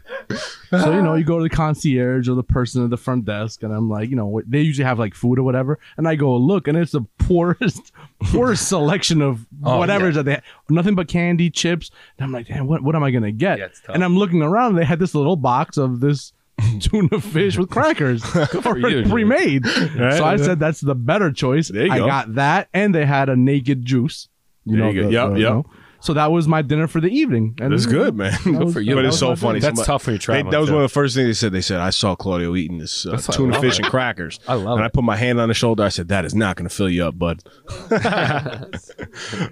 so you know, you go to the concierge or the person at the front desk, and I'm like, you know, what- they usually have like food or whatever, and I go look, and it's the poorest poorest selection of Oh, whatever's that they had. nothing but candy, chips, and I'm like, damn, what what am I gonna get? Yeah, it's tough. and I'm looking around, and they had this little box of this. Tuna fish with crackers, you, already dude. pre-made. So I said that's the better choice. There you I go. got that, and they had a naked juice. You There know, you go. the- Yep, the- yep. you know. So that was my dinner for the evening. And That's you know, good, man. was- for you. But Mm-hmm. That it's was so my funny. thing. That's Somebody- tough when you're they- traveling, that was too. one of the first things they said. They said, "I saw Claudio eating this uh, That's what I tuna love fish it. and crackers." I love And it. I put my hand on his shoulder. I said, "That is not going to fill you up, bud."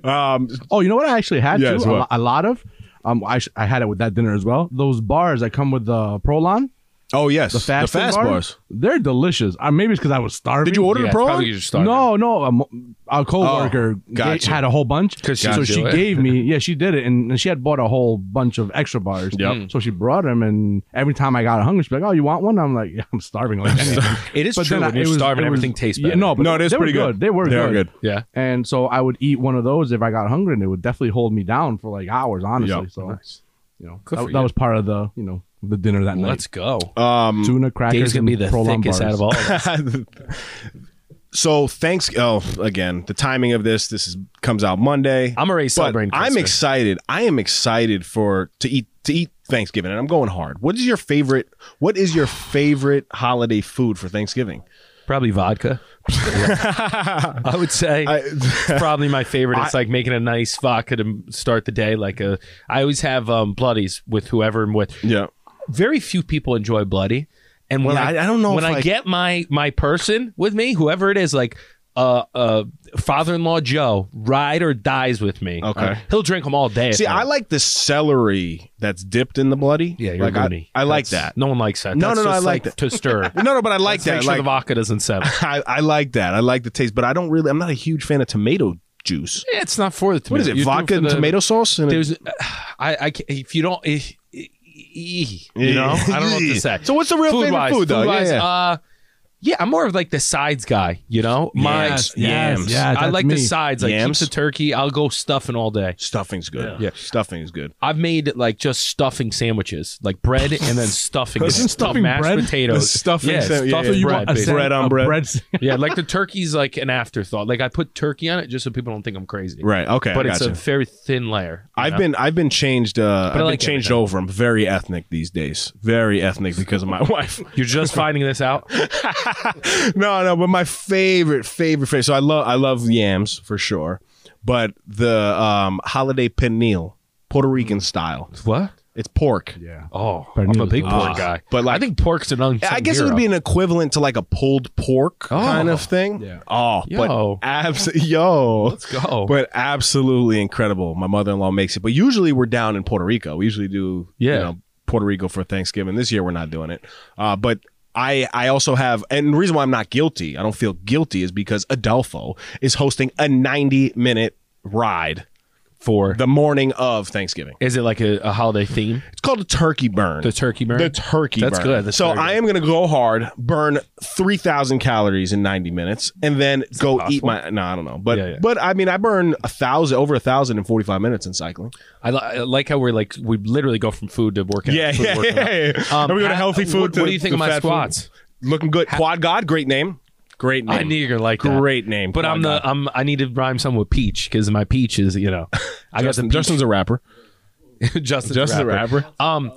um, Oh, you know what I actually had Yes, too? A, what? lo- a lot of. Um, I, sh- I had it with that dinner as well. Those bars that come with the Prolon, oh yes, the fast, fast bars. they're delicious. Uh, maybe it's because I was starving. Did you order Yeah, the it's pro? probably one? just started. No, no. A, mo- a coworker ga- Oh, gotcha. had a whole bunch, 'Cause she so could she do it. gave me. Yeah, she did it, and, and she had bought a whole bunch of extra bars. Yep. So she brought them, and every time I got hungry, she'd be like, "Oh, you want one?" I'm like, yeah, "I'm starving." Like, It is true I- when you're it was- starving, it was- everything tastes yeah, better. no, but No, it is they were pretty good. They were They are good. yeah. And so I would eat one of those if I got hungry, and it would definitely hold me down for like hours, honestly. Yep. So, you know, Good that, for that you. was part of the you know the dinner that Let's go. Um, night. Tuna crackers Dave's gonna and be the Prolon thickest out bars. of all. Of us. so thanks. Oh, again, the timing of this. This is, comes out Monday. I'm already But celebrating. I'm Christmas. excited. I am excited for to eat to eat Thanksgiving, and I'm going hard. What is your favorite? What is your favorite holiday food for Thanksgiving? Probably vodka. I would say I- it's probably my favorite. It's like making a nice vodka to start the day. Like a, I always have um, bloodies with whoever I'm with. Yeah. Very few people enjoy bloody, and when Yeah, I, I- I don't know when if, I like- get my my person with me, whoever it is, like uh, uh, father-in-law Joe ride or dies with me. Okay. Uh, he'll drink them all day. if See, not. I like the celery that's dipped in the bloody. yeah, you're like, loony. I, I like That's- that. No one likes that. No, That's no, no, just I like that. to stir. No, no, but I like Let's that. Make sure like, the vodka doesn't settle. I, I like that. I like the taste, but I don't really. I'm not a huge fan of tomato juice. it's not for the What tomato. is it? You're doing vodka for and the- tomato sauce? And There's, I, I, can't- if you don't, if, you know, I don't know what to say. So what's the real favorite wise, food though? wise, yeah, yeah. Uh, yeah, I'm more of like the sides guy. You know, my Yes, yes, yes, I that's like the me. sides. Like Yams? keeps the turkey. I'll go stuffing all day. stuffing's good. Yeah. stuffing's good. I've made like just stuffing sandwiches, like bread and then stuffing. it. Isn't stuffing mashed bread? potatoes? Stuffing yeah, sand- yeah, stuffing yeah. you bread. want a basically. sand- Bread on a bread. s- yeah, like the turkey's like an afterthought. Like I put turkey on it just so people don't think I'm crazy. Right. Okay. But I it's gotcha. a very thin layer. you I've know? been I've been changed. Uh, I've like been changed everything. over. I'm very ethnic these days. Very ethnic because of my wife. You're just finding this out. no, no, but my favorite, favorite, favorite. So I love, I love yams for sure, but the um, holiday pernil, Puerto Rican style. What? It's pork. Yeah. Oh, But I I'm knew a it big was pork awesome. guy. Ah. But, like- I think pork's an unsung I guess it would be an equivalent to like a pulled pork kind of thing. Yeah. Oh, Yo. but abs- yo, let's go. But absolutely incredible. My mother-in-law makes it. But usually we're down in Puerto Rico. We usually do, Yeah. you know, Puerto Rico for Thanksgiving. This year we're not doing it. Uh, but I I also have, and the reason why I'm not guilty, I don't feel guilty, is because Adolfo is hosting a 90 minute ride for. the morning of Thanksgiving. Is it like a, a holiday theme? It's called a turkey burn. The turkey burn. The turkey That's burn. good. That's so very good. I am going to go hard, burn 3,000 calories in 90 minutes, and then go eat my. No, I don't know. But Yeah, yeah. but I mean, I burn a thousand, over a thousand in 45 minutes in cycling. I, li- I like how we're like we literally go from food to workout. food to workout. Um, and we go to ha- healthy food. What, to what do you think to of my fat food. squats? Looking good. Quad God, great name. Great name. I knew you're gonna like that. Great name. But I'm the I'm I need to rhyme some with peach because my peach is you know I got the Justin, peach. Justin's a rapper. Justin's, Justin's a rapper. rapper. Um,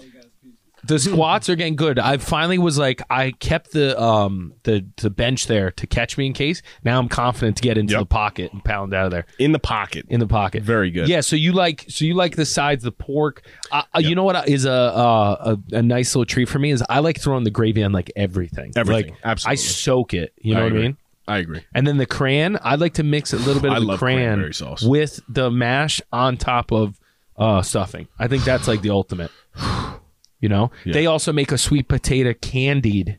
the squats are getting good. I finally was like, I kept the um the the bench there to catch me in case. Now I'm confident to get into Yep. the pocket and pound out of there In the pocket. in the pocket. Very good. Yeah. So you like so you like the sides, the pork. Uh, uh, You know what is a, uh, a a nice little treat for me is I like throwing the gravy on like everything. Everything. Like, I Absolutely. soak it. You know what agree. I mean. I agree. And then the crayon, I'd like to mix a little bit of I the love crayon cranberry sauce. with the mash on top of uh, stuffing. I think that's like the ultimate. You know, they also make a sweet potato candied.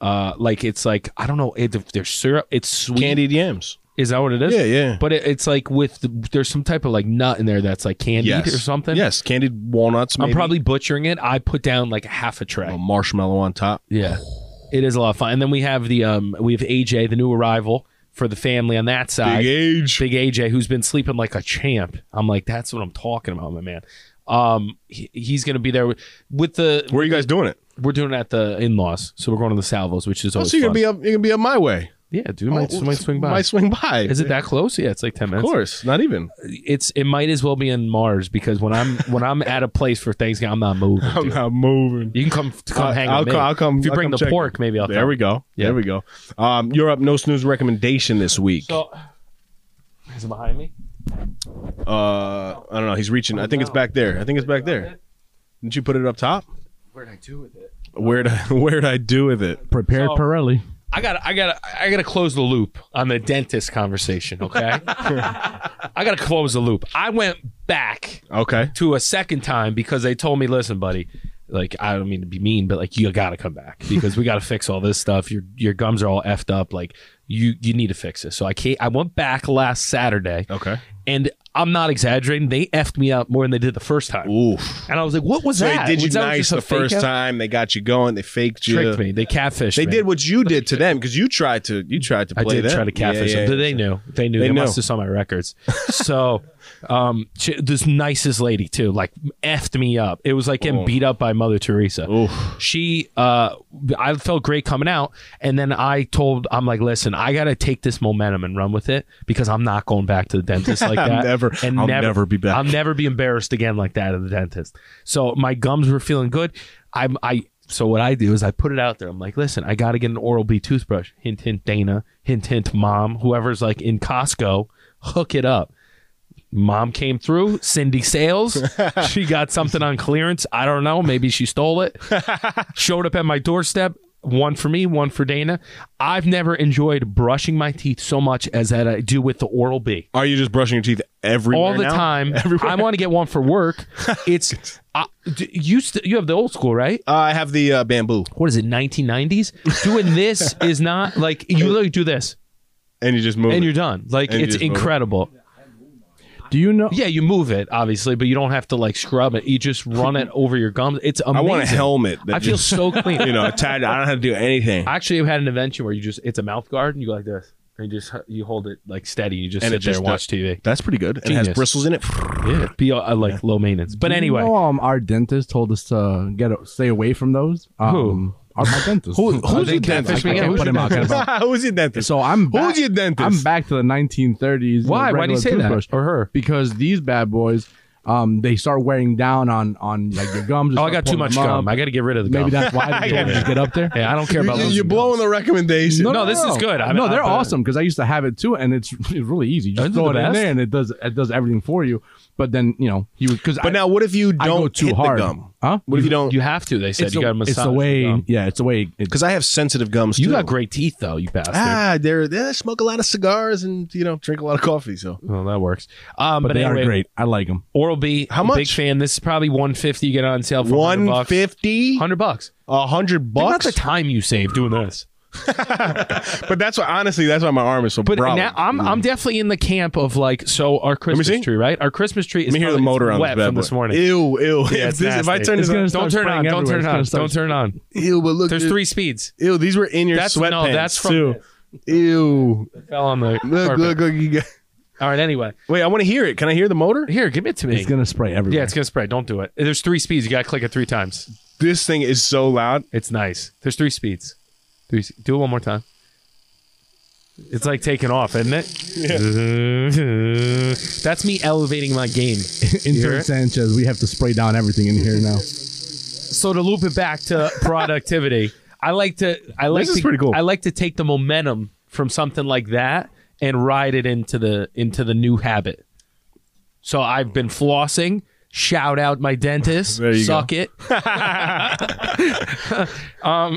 Uh, like it's like I don't know. It, there's syrup. It's sweet. Candied yams. Is that what it is? Yeah, yeah. But it, it's like with the, there's some type of like nut in there that's like candied Yes. or something. Yes. Candied walnuts. I'm maybe. Oh probably butchering it. I put down like a half a tray. A marshmallow on top. Yeah. It is a lot of fun. And then we have the um we have AJ, the new arrival for the family on that side. Big age. Big AJ, who's been sleeping like a champ. I'm like, that's what I'm talking about, my man. Um he, he's gonna be there with, with the Where are you guys doing it? we're doing it at the in laws. So we're going to the salvos, which is Oh, always so you're fun. gonna be up. You're gonna be up my way. yeah, dude might, Oh, might swing by. Might swing by. is it that close? Yeah, it's like ten Of minutes. course, not even. It's it might as well be in Mars because when I'm when I'm at a place for Thanksgiving, I'm not moving. dude. not moving. You can come come Oh, Uh, hang I'll with me. co- I'll come- If you I'll bring come the check pork, maybe I'll. There we go. Yeah. There we go. Um, you're up. No snooze recommendation this week. So, is it behind me? uh, I don't know. He's reaching. I think it's back there. I think it's back there. Didn't you put it up top? Where'd I do with it? Where'd I, where'd I do with it? Prepared So- Pirelli. I got I got I got to close the loop on the dentist conversation, okay? I got to close the loop. I went back Okay. to a second time because they told me, "Listen, buddy, like I don't mean to be mean, but like you got to come back because we got to fix all this stuff. Your your gums are all effed up. Like you you need to fix this." So I can't, I went back last Saturday. Okay. And I'm not exaggerating. They effed me up more than they did the first time. Oof. And I was like, "What was So that?" they did you Was that nice just a the fake first out? time. They got you going. They faked you. Tricked me. They catfished. They me. did what you did to them because you tried to. You tried to I play did them. try to catfish Yeah, yeah, them. They knew. They knew. They They, knew. must have saw my records. so, um, she, this nicest lady too, like effed me up. It was like Oh. getting beat up by Mother Teresa. She, uh, I felt great coming out, and then I told, I'm like, listen, I gotta take this momentum and run with it because I'm not going back to the dentist like I'm that. never- and I'll never be back. I'll never be embarrassed again like that at the dentist. So my gums were feeling good. I'm I so what I do is I put it out there. I'm like, listen, I gotta get an Oral B toothbrush. Hint hint Dana. Hint hint mom. Whoever's like in Costco, hook it up. Mom came through, Cindy Sales. she got something on clearance. I don't know. Maybe she stole it. Showed up at my doorstep. one for me, one for Dana. I've never enjoyed brushing my teeth so much as that I do with the Oral B. Are you just brushing your teeth every all the time. I want to get one for work. It's uh, d- you. St- you have the old school, right? Uh, I have the uh, bamboo, What is it? 1990s. Doing this is not like you literally do this and you just move. and it. you're done. Like And you it's just move it. incredible. Do you know? Yeah, you move it obviously, but you don't have to like scrub it. You just run it over your gums. It's amazing. I want a helmet. That I feel just, so clean. you know tied. I don't have to do anything, I actually have had an invention where you just it's a mouth guard and you go like this and you just you hold it like steady. You just and sit it there just and watch does- TV. That's pretty good. And it has Genius. bristles in it. Yeah, be uh, like low maintenance. But Do you anyway, know, um, our dentist told us to get a, stay away from those. Um, Who? Our, my dentist. Who, I who's your think- dentist? I me again? can't Who's put your him out there, but- who's your dentist? So I'm back, who's your dentist? I'm back to the 1930s. with why? Why do you regular say that toothbrush. or her? Because these bad boys, um, they start wearing down on on like your gums. Oh, I got too much gum. I got to get rid of the gum. Maybe that's why they don't just get up there. Yeah, I don't care about You, losing you're blowing the recommendation. No, this is good. I- no, I- they're I- awesome because I used to have it too, and it's it's really easy. You Those just are throw the it in best. there, and it does it does everything for you. But then you know he was because But now, what if you I don't go too hit hard. the gum? Huh? What if you don't? You have to. They said it's you the- got to massage. it's the way. gum. Yeah, it's the way. It, Because I have sensitive gums. You too. got great teeth though, you bastard. Ah, they're they smoke a lot of cigars and you know drink a lot of coffee. So Well, that works. Um, but, but they anyway, are great. I like them. Oral B, How I'm a Big much? fan. This is probably 150. You get it on sale for 150 100 bucks. 150 100 100 bucks. Think about bucks the time you save doing this. but that's why honestly that's why my arm is so But brown now I'm I'm definitely in the camp of like so Mm. our see. Christmas tree, right? Our Christmas tree is let me hear the probably- it's motor on wet this bad from boy. this morning. Ew, ew. if, it's this, if I nasty. turn It's this gonna on, don't start turn it on. spraying Don't turn everywhere. it It's on. gonna start- Don't turn it on. ew, but look, There's it- three speeds. Ew, these were in your That's- no, sweatpants that's from- too. Ew, Fell on the look, carpet. look, look. You got, All right. Anyway, wait, I want to hear it. Can I hear the motor? here, give it to me. It's gonna spray everywhere. yeah, it's gonna spray. Don't do it. There's three speeds. You gotta click it three times. This thing is so loud. It's nice. There's three speeds. Three. s- Do it one more time. It's like taking off, isn't it? That's me elevating my game. Intern Sanchez, we have to spray down everything in here now. So to loop it back to productivity, I like to. I like This is to, pretty cool. I like to take the momentum from something like that and ride it into the into the new habit. So I've been flossing. Shout out my dentist. There you Suck it. um,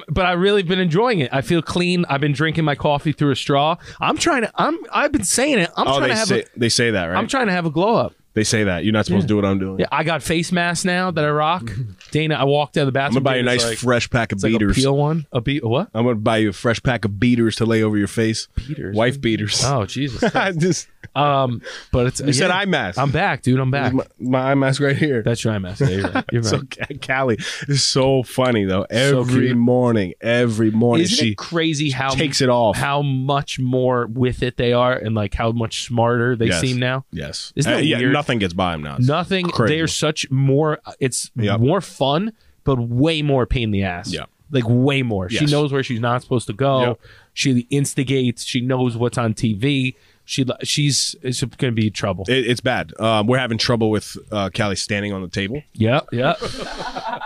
but I really been enjoying it. I feel clean. I've been drinking my coffee through a straw. I'm trying to. I'm. I've been saying it. I'm oh, trying they to have. say a, they say that right. I'm trying to have a glow up. they say that you're not supposed to do what I'm doing. Yeah, I got face masks now that I rock. Dana, I walked out of the I'm gonna bathroom. buy you a Dana's nice like- fresh pack of it's like a beaters. peel one. A beat. What? I'm gonna buy you a fresh pack of beaters to lay over your face. Beaters? wife beaters. Oh Jesus. I just um, but it's. you said eye mask. I'm back, dude. I'm back. my, my eye mask right here. That's your eye mask. Yeah, you're right. You're So right. Ca- Callie is so funny though. So Every cute. morning, every morning Isn't she it crazy how takes it off. how much more with it they are and like how much smarter they Yes. seem now? yes, Isn't Uh, that yeah, weird? nothing gets by him now. It's Nothing. crazy. They are such more. It's Yep. more fun, but way more pain in the ass. Yep. Like way more. She Yes. knows where she's not supposed to go. Yep. She instigates. She knows what's on TV. She she's it's gonna be trouble. It- it's bad. Um, we're having trouble with uh, Callie standing on the table. yep. Yep.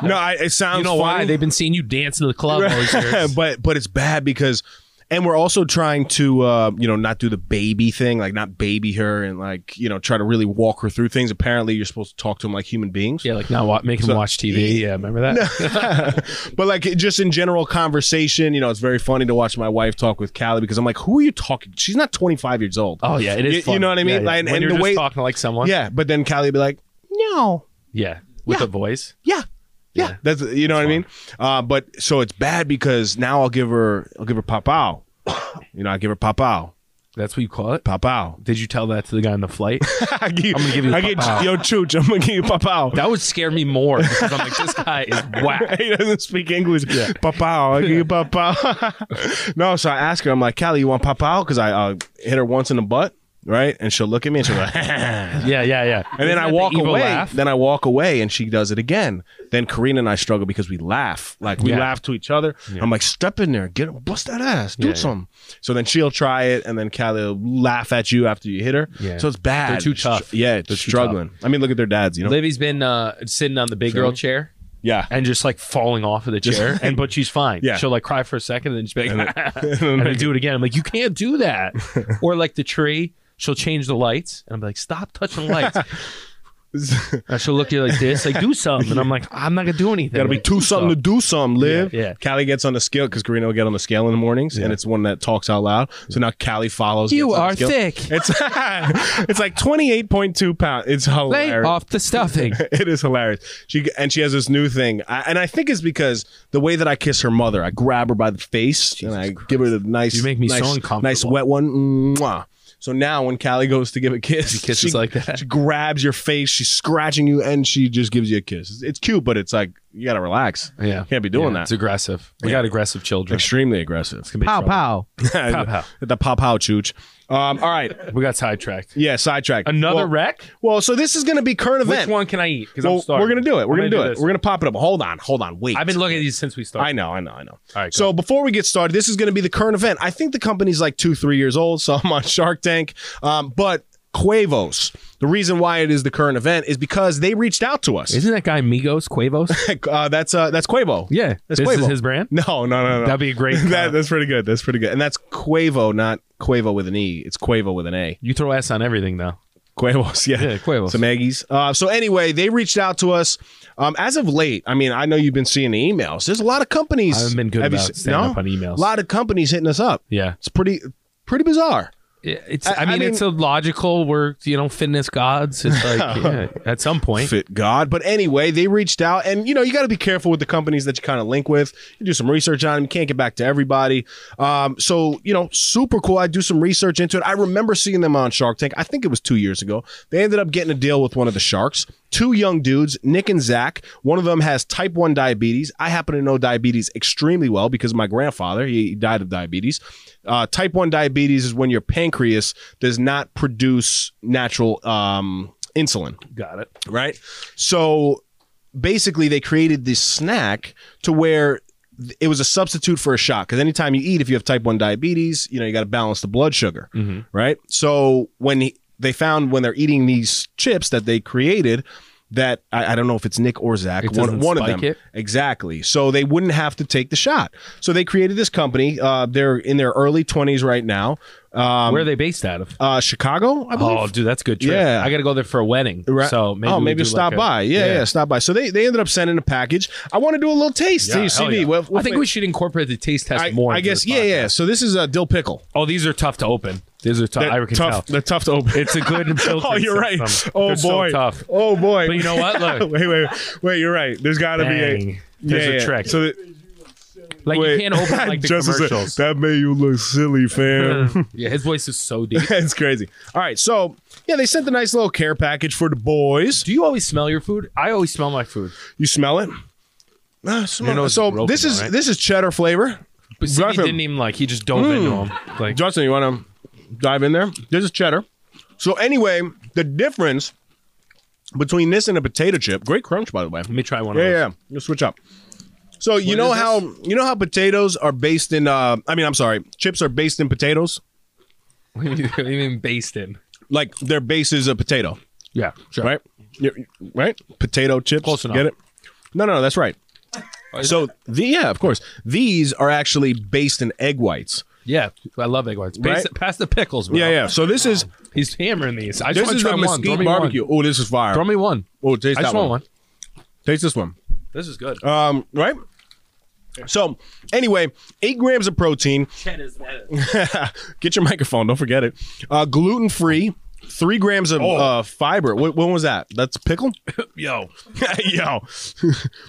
No, I, it sounds You know why? funny, They've been seeing you dance in the club all these years. but but it's bad because, and we're also trying to uh, you know not do the baby thing, like not baby her and like you know try to really walk her through things. Apparently, you're supposed to talk to them like human beings. Yeah, like not wa- make him watch TV. Yeah, remember that? But like it- just in general conversation, you know, it's very funny to watch my wife talk with Callie because I'm like, who are you talking? She's not 25 years old. Oh yeah, it is. You- you funny. know what I mean? Yeah, yeah. Like, and- when and you're the just way- talking like someone. Yeah, but then Callie would be like, no, yeah, with Yeah. a voice. yeah, yeah. Yeah. That's you know what I mean. Uh, but so it's bad because now I'll give her I'll give her pop out. You know, I give her pop out, That's what you call it. pop out. Did you tell that to the guy on the flight? I'm gonna give you I pop out. get, yo, Chooch, I'm gonna give you pop out. that would scare me more because I'm like, this guy is whack. he doesn't speak English. Pop out, I give you pop out. no, so I ask her. I'm like, Callie, you want pop out? Because I uh, hit her once in the butt, right? And she'll look at me and she'll be like. Yeah, yeah, yeah. And then I walk away. Laugh? Then I walk away, and she does it again. Then Karina and I struggle because we laugh, like we Yeah. laugh to each other. I'm like, step in there, get bust that ass, do Yeah, yeah. something. So then she'll try it, and then Callie will laugh at you after you hit her. Yeah. So it's bad. They're too It's tough. str- yeah, it's They're too struggling. I mean, look at their dads, you know. Livy's been uh, sitting on the big girl chair yeah, and just like falling off of the chair, and but she's fine. Yeah. she'll like cry for a second and then just be like, and then do it again. I'm like, you can't do that. or like the tree, she'll change the lights, and I'm like, stop touching lights. And she'll look at you like this, like do something, and I'm like, I'm not gonna do anything. Gotta be Like, two something to do something, live. Yeah, yeah. Callie gets on the scale because Karina will get on the scale in the mornings and it's one that talks out loud. So now Callie follows. You gets on the are scale. thick. It's it's like twenty eight point two pounds. It's Lay hilarious. off the stuffing. It is hilarious. She and she has this new thing, I, and I think it's because the way that I kiss her mother, I grab her by the face and I give her the nice, You make me so nice, uncomfortable. nice wet one. Mwah. So now when Callie goes to give a kiss, she kisses like that. She grabs your face, she's scratching you, and she just gives you a kiss. It's, it's cute, but it's like you gotta relax. Yeah, can't be doing Yeah, It's that. aggressive. We Yeah. got aggressive children. Extremely aggressive. Pow pow. pow. the pow pow chooch. Um, all right, We got sidetracked. yeah, sidetrack. Another well, wreck. Well, so this is gonna be current Which event. one can I eat? Because Well, I'm starving. we're gonna do it. We're gonna, I'm do it. this. We're gonna pop it up. Hold on, hold on, wait. I've been looking at these since we started. I know, I know, I know. All right, so before we get started, this is going to be the current event. I think the company's like two, three years old, so I'm on Shark Tank. Um, but Quavos, the reason why it is the current event is because they reached out to us. Isn't that guy Migos Quavos? Uh, that's uh, that's Quavo. yeah, that's this is Quavo. his brand. No, no, no, no. That'd be a great. that, uh, that's pretty good. That's pretty good. And that's Quavo, not Quavo with an E. It's Quavo with an A. you throw S on everything though. Quavos, yeah. Yeah, Quavos. Some Aggies. Uh, so anyway, they reached out to us. Um, as of late, I mean, I know you've been seeing the emails. There's a lot of companies. I haven't been good Have you about se- staying no? up on emails. A lot of companies hitting us up. Yeah, It's pretty pretty bizarre. Yeah, it's. I- I, I mean, mean- it's a logical. We're you know fitness gods. It's like yeah, at some point. Fit God. But anyway, they reached out and you know, you gotta be careful with the companies that you kind of link with. You do some research on them, you can't get back to everybody. Um, so you know, super cool. I do some research into it. I remember seeing them on Shark Tank, I think it was two years ago. They ended up getting a deal with one of the sharks. Two young dudes, Nick and Zach. One of them has type 1 diabetes. I happen to know diabetes extremely well because my grandfather, he died of diabetes. Uh, type 1 diabetes is when your pancreas does not produce natural um, insulin Got it. right? So basically, they created this snack to where th- it was a substitute for a shot because anytime you eat, if you have type one diabetes, you know you got to balance the blood sugar, Mm-hmm. right? So when he, they found when they're eating these chips that they created. That I, I don't know if it's Nick or Zach, It one, doesn't one of spike them it? exactly. So they wouldn't have to take the shot. So they created this company. Uh, they're in their early twenties right now. Um, Where are they based out of? uh, Chicago, I believe. Oh, dude, that's a good trip. Yeah. I got to go there for a wedding. Right. So maybe oh, we maybe do you'll stop like a- by. Yeah, yeah, stop by. So they, they ended up sending a package. I want to do a little taste. Yeah, Yeah, hell CD. yeah. We'll- we'll I think make- we should incorporate the taste test I, more. I into guess. this Yeah, podcast. yeah. So this is a dill pickle. Oh, these are tough to open. These are tough. They're I can tough. tell. They're tough to open. It's a good. oh, filtering you're right. system. Oh They're so boy. tough. Oh boy. But you know what? Look, wait, wait, wait. You're right. There's got to be a. Bang. There's yeah, a yeah. trick. So that, like wait. you can't open like the Justin said, commercials. that made you look silly, fam. yeah, his voice is so deep. it's crazy. All right. So yeah, they sent a nice little care package for the boys. Do you always smell your food? I always smell my food. You smell it? Ah, smell Your it. nose is So broken this now, is right? this is cheddar flavor. But Stevie Jonathan- didn't even like. He just dove into Mm. him. Like Justin, you want to dive in there? This is cheddar. So anyway, the difference between this and a potato chip, great crunch by the way. Let me try one Yeah, of yeah, those. yeah. You switch up. So you know is how you know how potatoes are based in uh I mean I'm sorry, chips are based in potatoes? What do you- what do you mean based in? Like their base is a potato, Yeah, sure. right? you right? Potato chips. Close enough. Oh, Get it? No, no, no, that's right. So the yeah, of course. These are actually based in egg whites. Yeah, I love egg whites. Pass, Right? the- pass the pickles, bro. Yeah, yeah. So this is He's hammering these. I just this want is to try the one. Throw mesquite me barbecue. one. Oh, this is fire. Throw me one. Oh, taste I that just want one. Taste this one. This is good. Um, right? So, anyway, eight grams of protein. Get your microphone. Don't forget it. Uh, gluten free. Three grams of Oh. uh, fiber. Wh- when was that? That's pickle. Yo, Yo,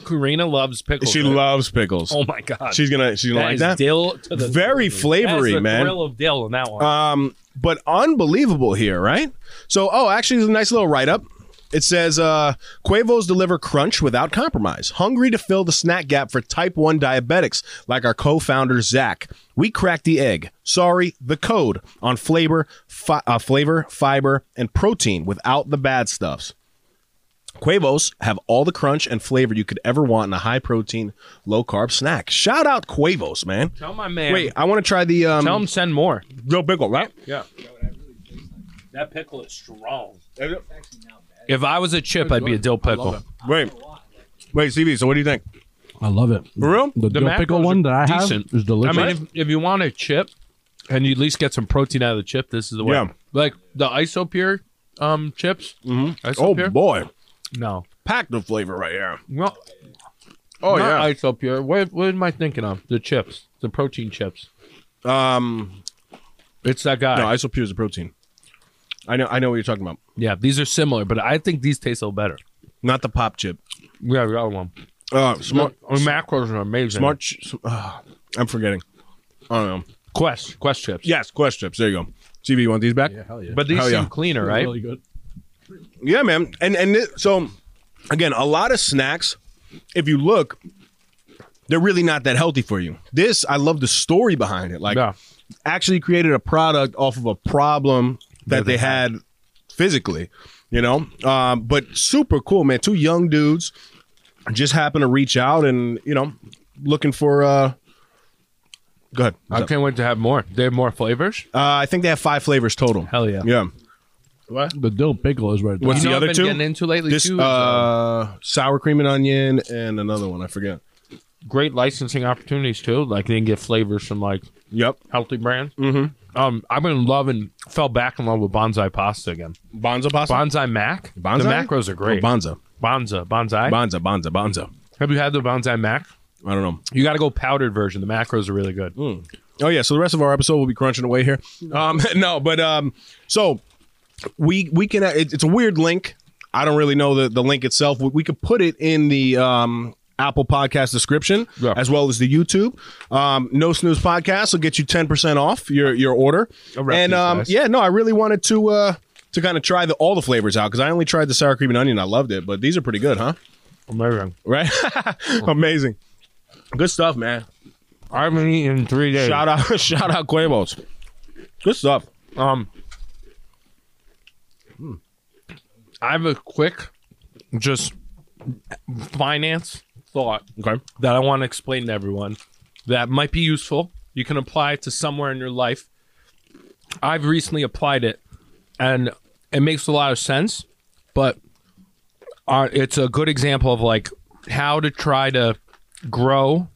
Karina loves pickles. she man. loves pickles. Oh my god, she's gonna she's gonna that like is that. dill to the Very flavory, That's the man. Thrill of dill in that one. Um, but unbelievable here, right? So, oh, actually, there's a nice little write up. It says uh, Quavos deliver crunch without compromise. Hungry to fill the snack gap for type 1 diabetics, like our co founder, Zach. We cracked the egg. Sorry, the code on flavor, fi- uh, flavor, fiber, and protein without the bad stuffs. Quavos have all the crunch and flavor you could ever want in a high protein, low carb snack. Shout out Quavos, man. tell my man. Wait, I want to try the um, tell him send more. dill pickle, right? Yeah. That pickle is strong. If I was a chip, I'd be a dill pickle. Wait, wait, CB. So what do you think? I love it. For real? The, dill macros pickle are one that I have decent. is delicious. I mean, if, if you want a chip and you at least get some protein out of the chip, this is the way. Yeah. Like the isopure um chips. Mm-hmm. Oh boy, No. Pack the flavor right here. No. Oh not yeah. ice up here. What, what am I thinking of? The chips, the protein chips. um, It's that guy. no, isopure is a protein. I know. I know what you're talking about. yeah, these are similar, but I think these taste a little better. Not the pop chip. Yeah, the other one. Uh, smart. Our macros are amazing. Smart. ch- sm- ah, I'm forgetting. I don't know. Quest, Quest chips. Yes, quest chips. There you go. CV, you want these back? Yeah, hell yeah. But these Hell seem yeah. cleaner, right? Really good. Yeah, man. And and it, so again, a lot of snacks. If you look, they're really not that healthy for you. This, I love the story behind it. Like, Yeah. actually created a product off of a problem that they had physically. You know, um, but super cool, man. Two young dudes just happened to reach out and you know, looking for. uh Go ahead. I Uh, can't wait to have more. They have more flavors. I think they have five flavors total. Hell yeah. Yeah. The dill pickle is right there. What's You know the I've other been two? Getting into lately This too. is, uh, uh, sour cream and onion and another one I forget. great licensing opportunities too. Like they can get flavors from like Yep. healthy brands. Mm-hmm. Um, I've been loving, fell back in love with bonsai pasta again. Bonza pasta. Bonsai mac. Bonza? The macros are great. bonza. bonza, bonsai. Bonza, bonza, bonza. Have you had the bonsai mac? I don't know. You got to go powdered version. The macros are really good. Oh yeah, so the rest of our episode will be crunching away here. Um, no, but um, so we we can uh, it, it's a weird link. I don't really know the the link itself. We, we could put it in the um Apple Podcast description Yeah. as well as the YouTube. Um, no snooze podcast will get you ten percent off your your order. I'll wrap And these um, guys. yeah, no, I really wanted to uh to kind of try the all the flavors out because I only tried the sour cream and onion. I loved it, but these are pretty good, huh? Amazing. Right? Amazing. Good stuff, man. I haven't eaten in three days. Shout out, shout out, Quavos. Good stuff. Um, I have a quick, just finance thought Okay. that I want to explain to everyone that might be useful. You can apply it to somewhere in your life. I've recently applied it, and it makes a lot of sense, but uh, it's a good example of like how to try to grow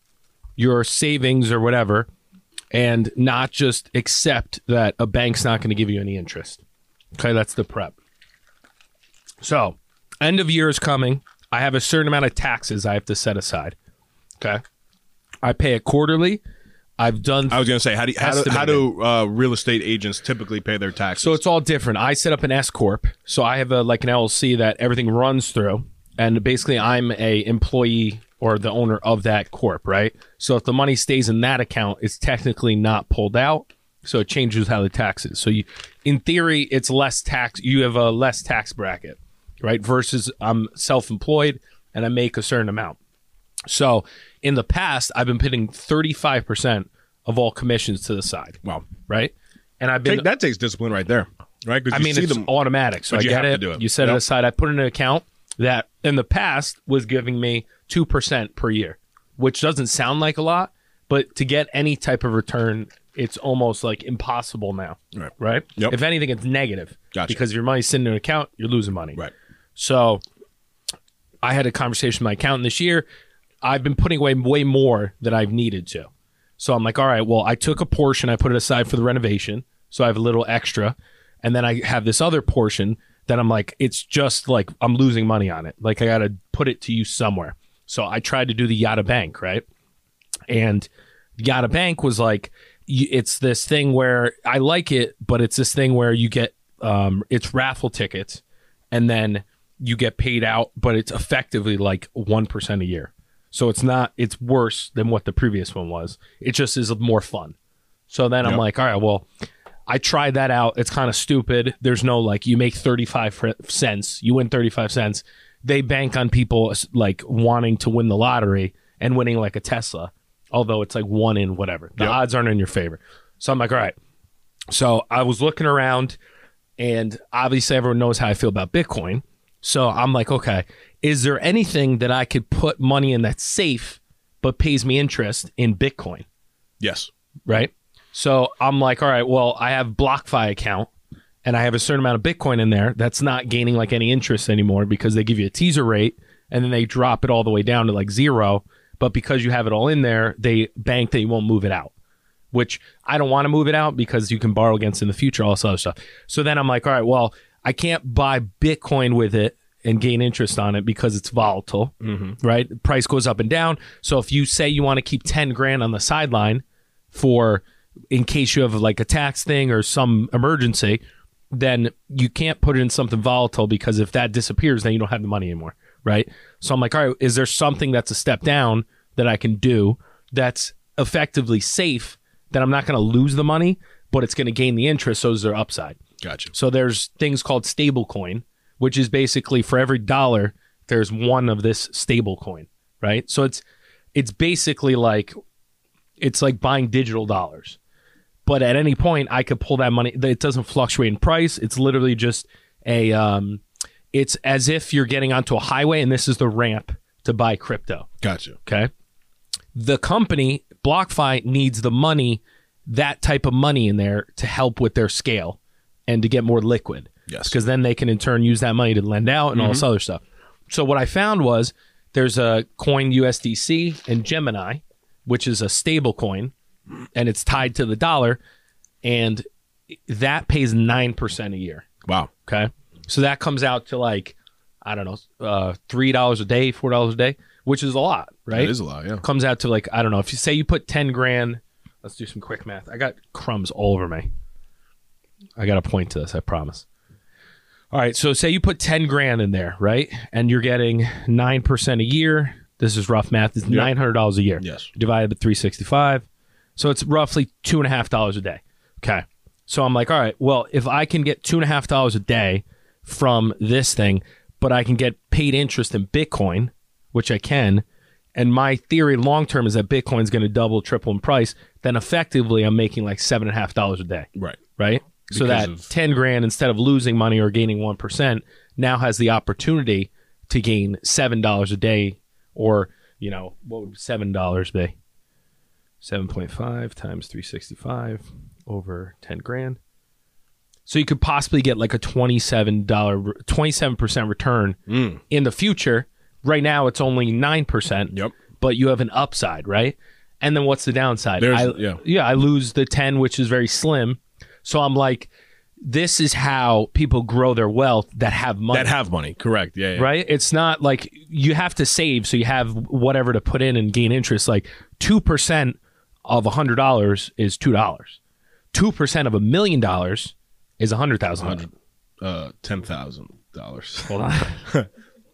your savings or whatever and not just accept that a bank's not going to give you any interest. Okay, that's the prep. So, end of year is coming. I have a certain amount of taxes I have to set aside. Okay. I pay it quarterly. I've done I was gonna say, how do you, how do, how do uh, real estate agents typically pay their taxes? So it's all different. I set up an S corp, so I have a like an LLC that everything runs through, and basically I'm a employee or the owner of that corp, right? So if the money stays in that account, it's technically not pulled out, so it changes how the taxes. So you, in theory, it's less tax. You have a less tax bracket, right? Versus I'm self-employed and I make a certain amount. So in the past, I've been putting 35% of all commissions to the side, wow, right? And I've been Take, that takes discipline right there, right? 'Cause I you mean, see it's them- automatic. So I but you get have it. to do it. You set Yep. it aside. I put in an account that in the past was giving me 2% per year, which doesn't sound like a lot, but to get any type of return, it's almost like impossible now. Right. Right. Yep. If anything, it's negative. Gotcha. Because if your money's sitting in an account, you're losing money. right. So I had a conversation with my accountant this year. I've been putting away way more than I've needed to. So I'm like, all right, well, I took a portion, I put it aside for the renovation. So I have a little extra. And then I have this other portion that I'm like, it's just like I'm losing money on it. Like I got to put it to use somewhere. So I tried to do the Yada Bank, right? and Yada Bank was like, y- it's this thing where I like it, but it's this thing where you get um, it's raffle tickets, and then you get paid out, but it's effectively like one percent a year. So it's not it's worse than what the previous one was. It just is more fun. So then I'm Yep. like, all right, well, I tried that out. It's kind of stupid. There's no like you make 35 fr- cents, you win 35 cents. They bank on people like wanting to win the lottery and winning like a Tesla, although it's like one in whatever. The Yep. odds aren't in your favor. So I'm like, all right. So I was looking around and obviously everyone knows how I feel about Bitcoin. So I'm like, okay, is there anything that I could put money in that's safe but pays me interest in Bitcoin? Yes. right? So I'm like, all right, well, I have BlockFi account and I have a certain amount of Bitcoin in there that's not gaining like any interest anymore because they give you a teaser rate and then they drop it all the way down to like zero. But because you have it all in there, they bank that you won't move it out, which I don't want to move it out because you can borrow against it in the future, all this other stuff. So then I'm like, all right, well, I can't buy Bitcoin with it and gain interest on it because it's volatile, right? Price goes up and down. So if you say you want to keep 10 grand on the sideline for in case you have like a tax thing or some emergency, then you can't put it in something volatile because if that disappears, then you don't have the money anymore, right? So I'm like, all right, is there something that's a step down that I can do that's effectively safe that I'm not going to lose the money, but it's going to gain the interest? So is there upside? Gotcha. So there's things called stablecoin, which is basically for every dollar, there's one of this stablecoin, right? So it's it's basically like it's like buying digital dollars. But at any point, I could pull that money. It doesn't fluctuate in price. It's literally just a. Um, it's as if you're getting onto a highway, and this is the ramp to buy crypto. Gotcha. Okay. The company, BlockFi, needs the money, that type of money in there to help with their scale and to get more liquid. Yes. Mm-hmm. Because then they can in turn use that money to lend out and all this other stuff. So what I found was there's a coin USDC and Gemini, which is a stable coin and it's tied to the dollar. And that pays 9% a year. Wow. Okay. So that comes out to like, I don't know, uh, $3 a day, $4 a day, which is a lot, right? It is a lot. Yeah. Comes out to like, I don't know, if you say you put 10 grand, let's do some quick math. I got crumbs all over me. I got a point to this, I promise. All right. So say you put 10 grand in there, right? And you're getting 9% a year. This is rough math. It's $900 a year Yes. divided by 365. So it's roughly two and a half dollars a day. Okay. So I'm like, all right, well, if I can get two and a half dollars a day from this thing, but I can get paid interest in Bitcoin, which I can, and my theory long term is that Bitcoin's going to double, triple in price, then effectively I'm making like seven and a half dollars a day Right. right? so Because that of- 10 grand instead of losing money or gaining 1% now has the opportunity to gain $7 a day or, you know, what would $7 be? 7.5 times 365 over 10 grand. So you could possibly get like a $27 27% return Mm. in the future. Right now it's only 9%. Yep. But you have an upside, right? And then what's the downside? There's- I, yeah. I lose the 10, which is very slim. So I'm like, this is how people grow their wealth that have money. That have money. Correct. Yeah. yeah. Right? It's not like you have to save so you have whatever to put in and gain interest. Like 2% of $100 is $2. 2% of a million dollars is $100,000. Uh, ten thousand dollars. Hold on.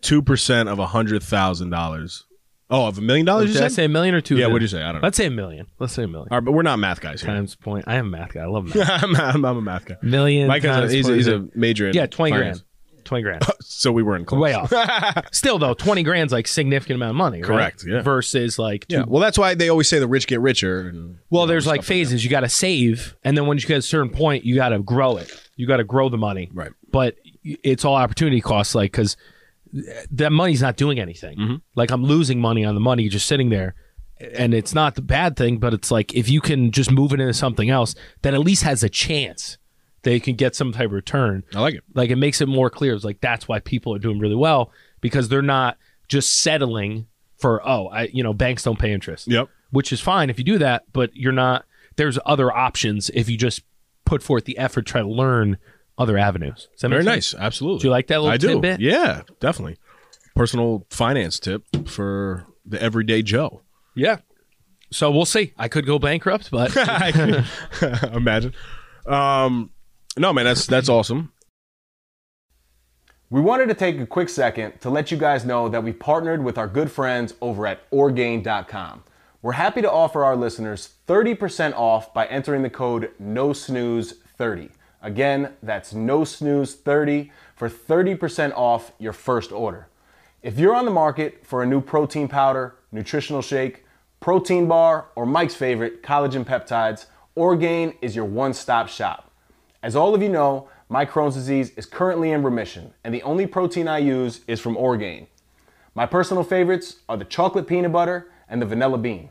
Two percent of a hundred thousand dollars. Oh, of a million dollars. Did You I said. say a million or two? Yeah. What did you say? I don't know. Let's say a million. Let's say a million. All right, but we're not math guys here. Times point. I am a math guy. I love math. I'm, I'm, I'm a math guy. million. Mike times is a, he's, a, he's a major. In yeah, twenty finance. grand. Twenty grand. So we weren't close. Way off. Still though, twenty grand's like significant amount of money. right? Correct, yeah. Versus like, two, Yeah. Well, that's why they always say the rich get richer. And, well, there's like phases. you got to save, and then when you get a certain point, you got to grow it. You got to grow the money. Right. But it's all opportunity costs, like because that money's not doing anything. Mm-hmm. Like I'm losing money on the money just sitting there. And it's not the bad thing, but it's like if you can just move it into something else that at least has a chance that you can get some type of return. I like it. like it makes it more clear. It's like that's why people are doing really well because they're not just settling for oh, I you know banks don't pay interest. Yep. Which is fine if you do that, but you're not. There's other options if you just put forth the effort, try to learn other avenues. Does that make Very sense? nice. Absolutely. Do you like that little I do. tidbit? Yeah, definitely. Personal finance tip for the everyday Joe. Yeah. So we'll see. I could go bankrupt, but Imagine. Um, no, man, that's that's awesome. We wanted to take a quick second to let you guys know that we partnered with our good friends over at Orgain.com. We're happy to offer our listeners 30% off by entering the code NOSNOOZE30. E Again, that's NOSNOOZE30 E for 30% off your first order. If you're on the market for a new protein powder, nutritional shake, protein bar, or Mike's favorite, collagen peptides, Orgain is your one stop shop. As all of you know, my Crohn's disease is currently in remission, and the only protein I use is from Orgain. My personal favorites are the chocolate peanut butter and the vanilla bean.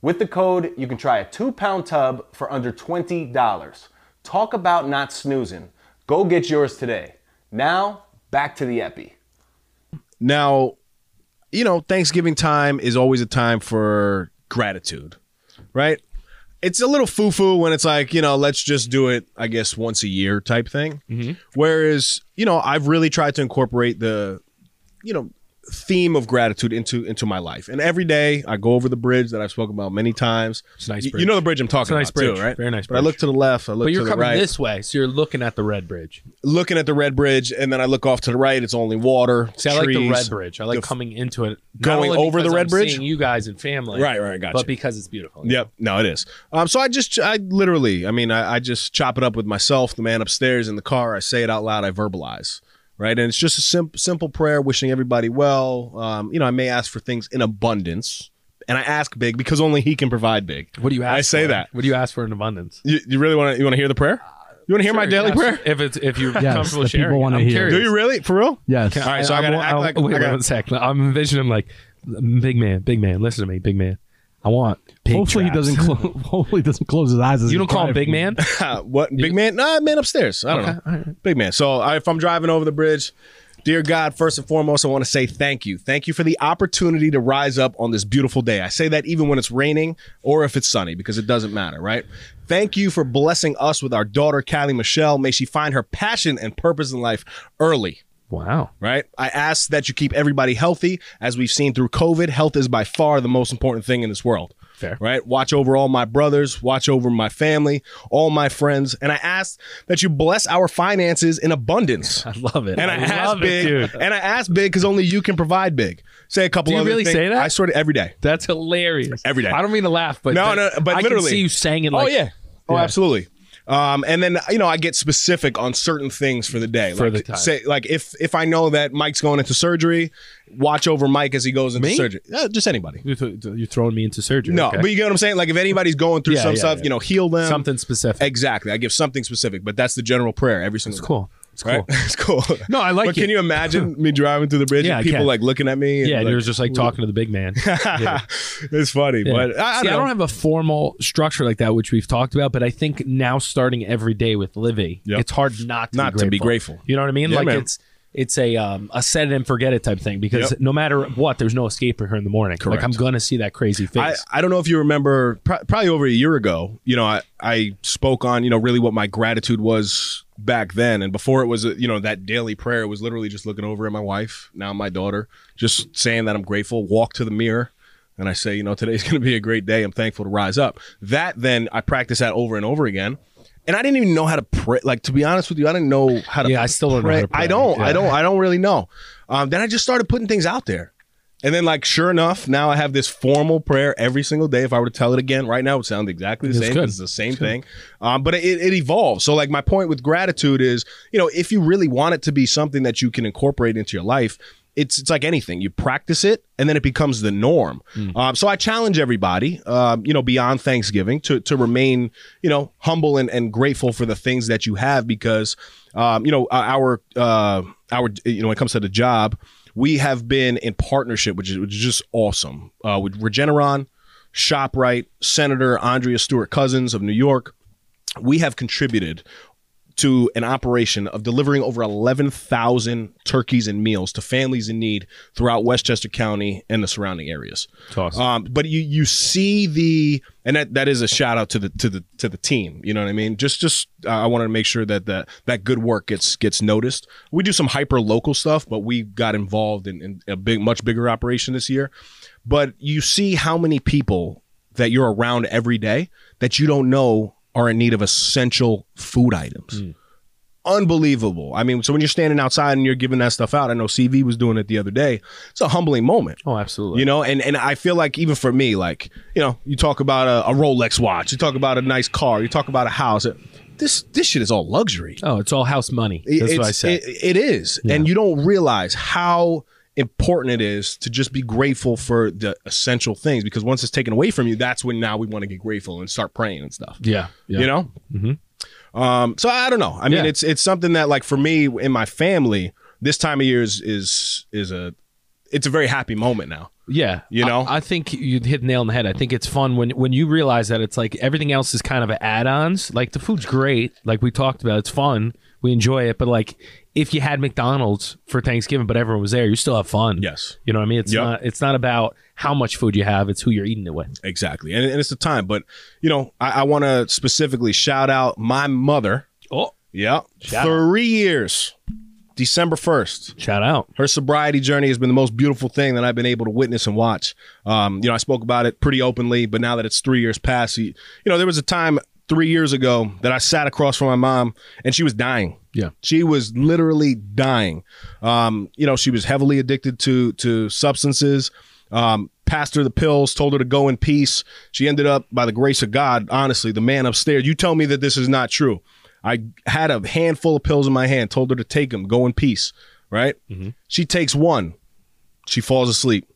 With the code, you can try a two pound tub for under $20. Talk about not snoozing. Go get yours today. Now, back to the Epi. Now, you know, Thanksgiving time is always a time for gratitude, right? It's a little foo foo when it's like, you know, let's just do it, I Mm-hmm. guess, once a year type thing. Whereas, you know, I've really tried to incorporate the you know theme of gratitude into into my life. And every day I go over the bridge that I've spoken about many times. It's a nice You- You bridge. know the bridge I'm talking It's a nice about too, bridge. right? Very nice But I bridge. look to the left, I look But to you're the coming right. this way, so you're looking at the red bridge. looking at the red bridge and then I look off to the right, it's only water, See, I like the trees. red bridge. I like The- coming into it, not Going only over the because red I'm bridge? seeing you guys and family, Right, right, gotcha. But because it's beautiful. Yep. No, it is. Um, so I just, I literally, I mean, I, I just chop it up with myself, the man upstairs in the car. I say it out loud. I verbalize. Right. And it's just a simp- simple prayer, wishing everybody well. Um, you know, I may ask for things in abundance. And I ask big because only he can provide big. What do you ask? I say for? that. What do you ask for in abundance? You, you really want to? You want to hear the prayer? You want to hear my Sure, daily yes. prayer? If it's if you're comfortable the people sharing, wanna I'm hear. curious. Do you really? For real? Yes. All right. So I, gotta I'm- act I'm- like wait, I wait gotta- one sec. I'm envisioning like big man, big man. Listen to me, big man. I want. Pig hopefully traps. he doesn't. Clo- hopefully he doesn't close his eyes. as You he don't call him drives. big man. what big man? Nah, man upstairs. I don't Okay, know. all right. Big man. So I, if I'm driving over the bridge, dear God, first and foremost, I want to say thank you. Thank you for the opportunity to rise up on this beautiful day. I say that even when it's raining or if it's sunny because it doesn't matter, right? Thank you for blessing us with our daughter, Callie Michelle. May she find her passion and purpose in life early Wow. right? I ask that you keep everybody healthy. As we've seen through COVID, health is by far the most important thing in this world. Fair. Right? Watch over all my brothers, watch over my family, all my friends. And I ask that you bless our finances in abundance. I love it. And I, ask love big, it, dude. and I ask big because only you can provide big. Say a couple Do you other really things. say that? I swear to every day. That's hilarious. Every day. I don't mean to laugh, but No, no, but I literally. can see you saying it. Like, oh yeah. Oh, absolutely. Um, and then you know I get specific on certain things for the day. For like, the time. Say like if if I know that Mike's going into surgery, watch over Mike as he goes into Me? surgery. Uh, just anybody. You're, th- you're throwing me into surgery. No, Okay. but um, you get what I'm saying. Like if anybody's going through Yeah, some yeah, stuff, yeah. you know, heal them. something specific. Exactly. I give something specific, but that's the general prayer every single. It's cool. It's Right? cool. it's cool. No, I like But can it. you imagine me driving through the bridge Yeah, I and people can. like looking at me? and, Yeah, and you're like, just like talking to the big man. Yeah. it's funny, but I, I See, don't know. I don't have a formal structure like that, which we've talked about, but I think now starting every day with Livy, Yep. it's hard not to Not to be grateful. be grateful. You know what I mean? Yeah, like man. it's it's a um, a set it and forget it type thing because Yep. no matter what, there's no escape for her in the morning. Correct. Like I'm gonna see that crazy I, face. I don't know if you remember, pr- probably over a year ago, you know, I, I spoke on, you know, really what my gratitude was back then. And before it was, uh, you know, that daily prayer was literally just looking over at my wife, now my daughter, just saying that I'm grateful, walk to the mirror. And I say, you know, today's going to be a great day. I'm thankful to rise up. That then I practice that over and over again. And I didn't even know how to pray. Like, to be honest with you, I didn't know how to Yeah, I still don't know how to pray. I don't. I Yeah. don't. I don't really know. Um, then I just started putting things out there. And then, like, sure enough, now I have this formal prayer every single day. If I were to tell it again right now, it would sound exactly the That's same. good. It's the same thing. Um, but it, it evolves. So, like, my point with gratitude is, you know, if you really want it to be something that you can incorporate into your life, it's, it's like anything. You practice it, and then it becomes the norm. Um, so I challenge everybody, um, you know, beyond Thanksgiving, to to remain, you know, humble and, and grateful for the things that you have, because, um, you know, our uh, our you know, when it comes to the job, we have been in partnership, which is, which is just awesome, uh, with Regeneron, ShopRite, Senator Andrea Stewart Cousins of New York. We have contributed to an operation of delivering over 11,000 turkeys and meals to families in need throughout Westchester County and the surrounding areas. Um, but you you see the and that, that is a shout out to the to the to the team. You know what I mean? Just just uh, I wanted to make sure that that that good work gets gets noticed. We do some hyper local stuff, but we got involved in, in a big much bigger operation this year. But you see how many people that you're around every day that you don't know are in need of essential food items unbelievable. I mean, so when you're standing outside and you're giving that stuff out, I know CV was doing it the other day. It's a humbling moment. oh, absolutely. You know, and and I feel like even for me, like you know, you talk about a, a Rolex watch, you talk about a nice car, you talk about a house. This this shit is all luxury. oh, it's all house money. It- That's what I it's- said. It, it is, and you don't realize how important it is to just be grateful for the essential things because once it's taken away from you, that's when now we want to get grateful and start praying and stuff yeah, yeah. Mm-hmm. you know um so i don't know i mean Yeah. it's it's something that like for me in my family this time of year is is is a it's a very happy moment now Yeah, You I- know? I, think you hit the nail on the head. I think it's fun when when you realize that it's like everything else is kind of add-ons. Like the food's great, like we talked about, it's fun, we enjoy it. But like if you had McDonald's for Thanksgiving, but everyone was there, you still have fun. Yes. you know what I mean. It's Yep. not it's not about how much food you have; it's who you're eating it with. exactly and, and it's the time but you know i, I want to specifically shout out my mother Oh, yeah Shout out. three years December 1st. Shout out. Her sobriety journey has been the most beautiful thing that I've been able to witness and watch. Um, you know, I spoke about it pretty openly, but now that it's three years past, you, you know, there was a time three years ago that I sat across from my mom and she was dying. Yeah. She was literally dying. Um, you know, she was heavily addicted to to substances. Um, passed her the pills, told her to go in peace. She ended up, by the grace of God, honestly, the man upstairs. You tell me that this is not true. I had a handful of pills in my hand, told her to take them, go in peace. Right? She takes one. She falls asleep.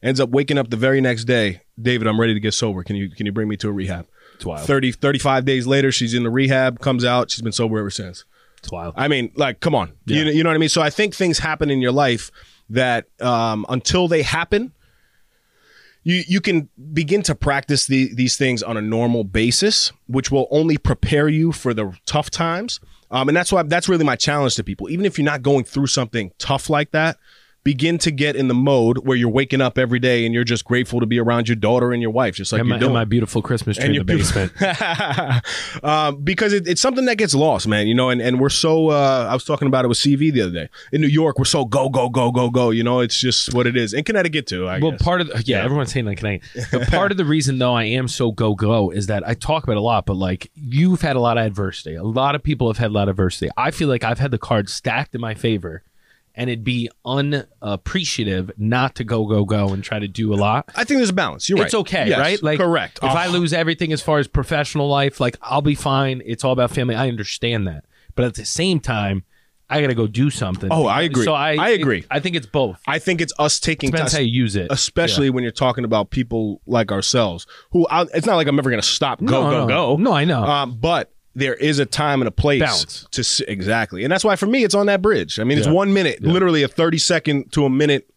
Ends up waking up the very next day. David, I'm ready to get sober. Can you can you bring me to a rehab? It's wild. 30, 35 days later, she's in the rehab, comes out, she's been sober ever since. It's wild. I mean, like, come on. You, know- you know what I mean? So I think things happen in your life that um, until they happen, you, you can begin to practice the, these things on a normal basis, which will only prepare you for the tough times. Um, and that's why that's really my challenge to people. Even if you're not going through something tough like that, begin to get in the mode where you're waking up every day and you're just grateful to be around your daughter and your wife, just like and, you're my, and doing. my beautiful Christmas tree in the your beautiful- basement. um, because it, it's something that gets lost, man. You know, and, and we're so. Uh, I was talking about it with CV the other day in New York. We're so go go go go go. You know, it's just what it is in Connecticut too. I well, guess. part of the, yeah, everyone's saying like Canadian. The part of the reason though I am so go go is that I talk about it a lot, but like you've had a lot of adversity. A lot of people have had a lot of adversity. I feel like I've had the cards stacked in my favor, and it'd be unappreciative not to go go go and try to do a lot. I think there's a balance. You're right. It's okay, Yes, right? Like correct. Ah, If I lose everything as far as professional life, like I'll be fine. It's all about family. I understand that, but at the same time, I got to go do something. Oh, I agree. So I I agree. I think it's both. I think it's us taking Depends how you time. use it. Especially when you're talking about people like ourselves, who I, it's not like I'm ever going to stop, go, No, go, Oh, no. go. No, I know. Um, but there is a time and a place Balance. to s- exactly, and that's why for me it's on that bridge. I mean, it's one minute, literally a thirty second to a minute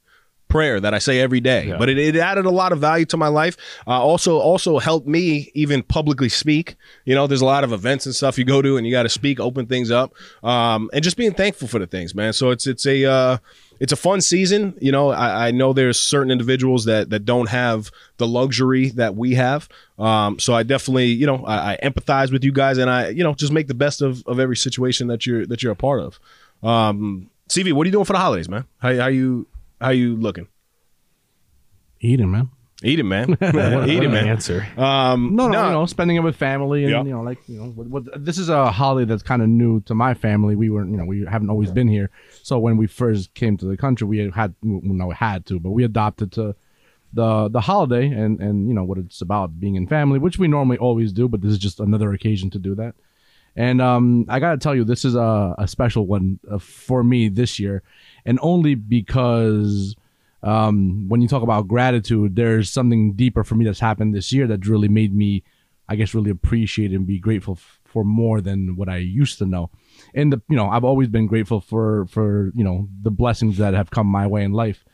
prayer that I say every day. But it, it added a lot of value to my life. Uh, also, also helped me even publicly speak. You know, there's a lot of events and stuff you go to, and you got to speak, open things up, um, and just being thankful for the things, man. So it's it's a uh, it's a fun season. You know, I, I know there's certain individuals that that don't have the luxury that we have. Um, so I definitely, you know, I, I empathize with you guys, and I, you know, just make the best of of every situation that you're that you're a part of. Um, CV, what are you doing for the holidays, man? How, how you how you looking? Eating, man. Eat it, man. Eat What it, an man. Answer. No, no, No. you know, spending it with family and Yeah. you know, like you know, what, what, this is a holiday that's kind of new to my family. We weren't, you know, we haven't always been here. So when we first came to the country, we had- had well, no, we had to, but we adopted to the the holiday and and you know what it's about being in family, which we normally always do, but this is just another occasion to do that. And um, I gotta tell you, this is a, a special one uh, for me this year, and only because um, when you talk about gratitude, there's something deeper for me that's happened this year that's really made me, I guess, really appreciate and be grateful f- for more than what I used to know. And the, you know, I've always been grateful for for you know the blessings that have come my way in life,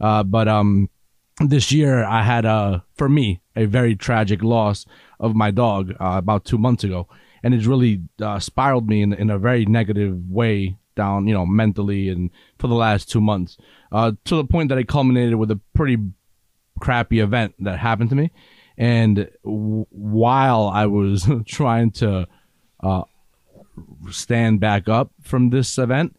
uh, but um, this year I had a for me a very tragic loss of my dog uh, about two months ago, and it's really uh, spiraled me in, in a very negative way down you know mentally and for the last two months uh, to the point that it culminated with a pretty crappy event that happened to me, and w- while I was trying to uh, stand back up from this event,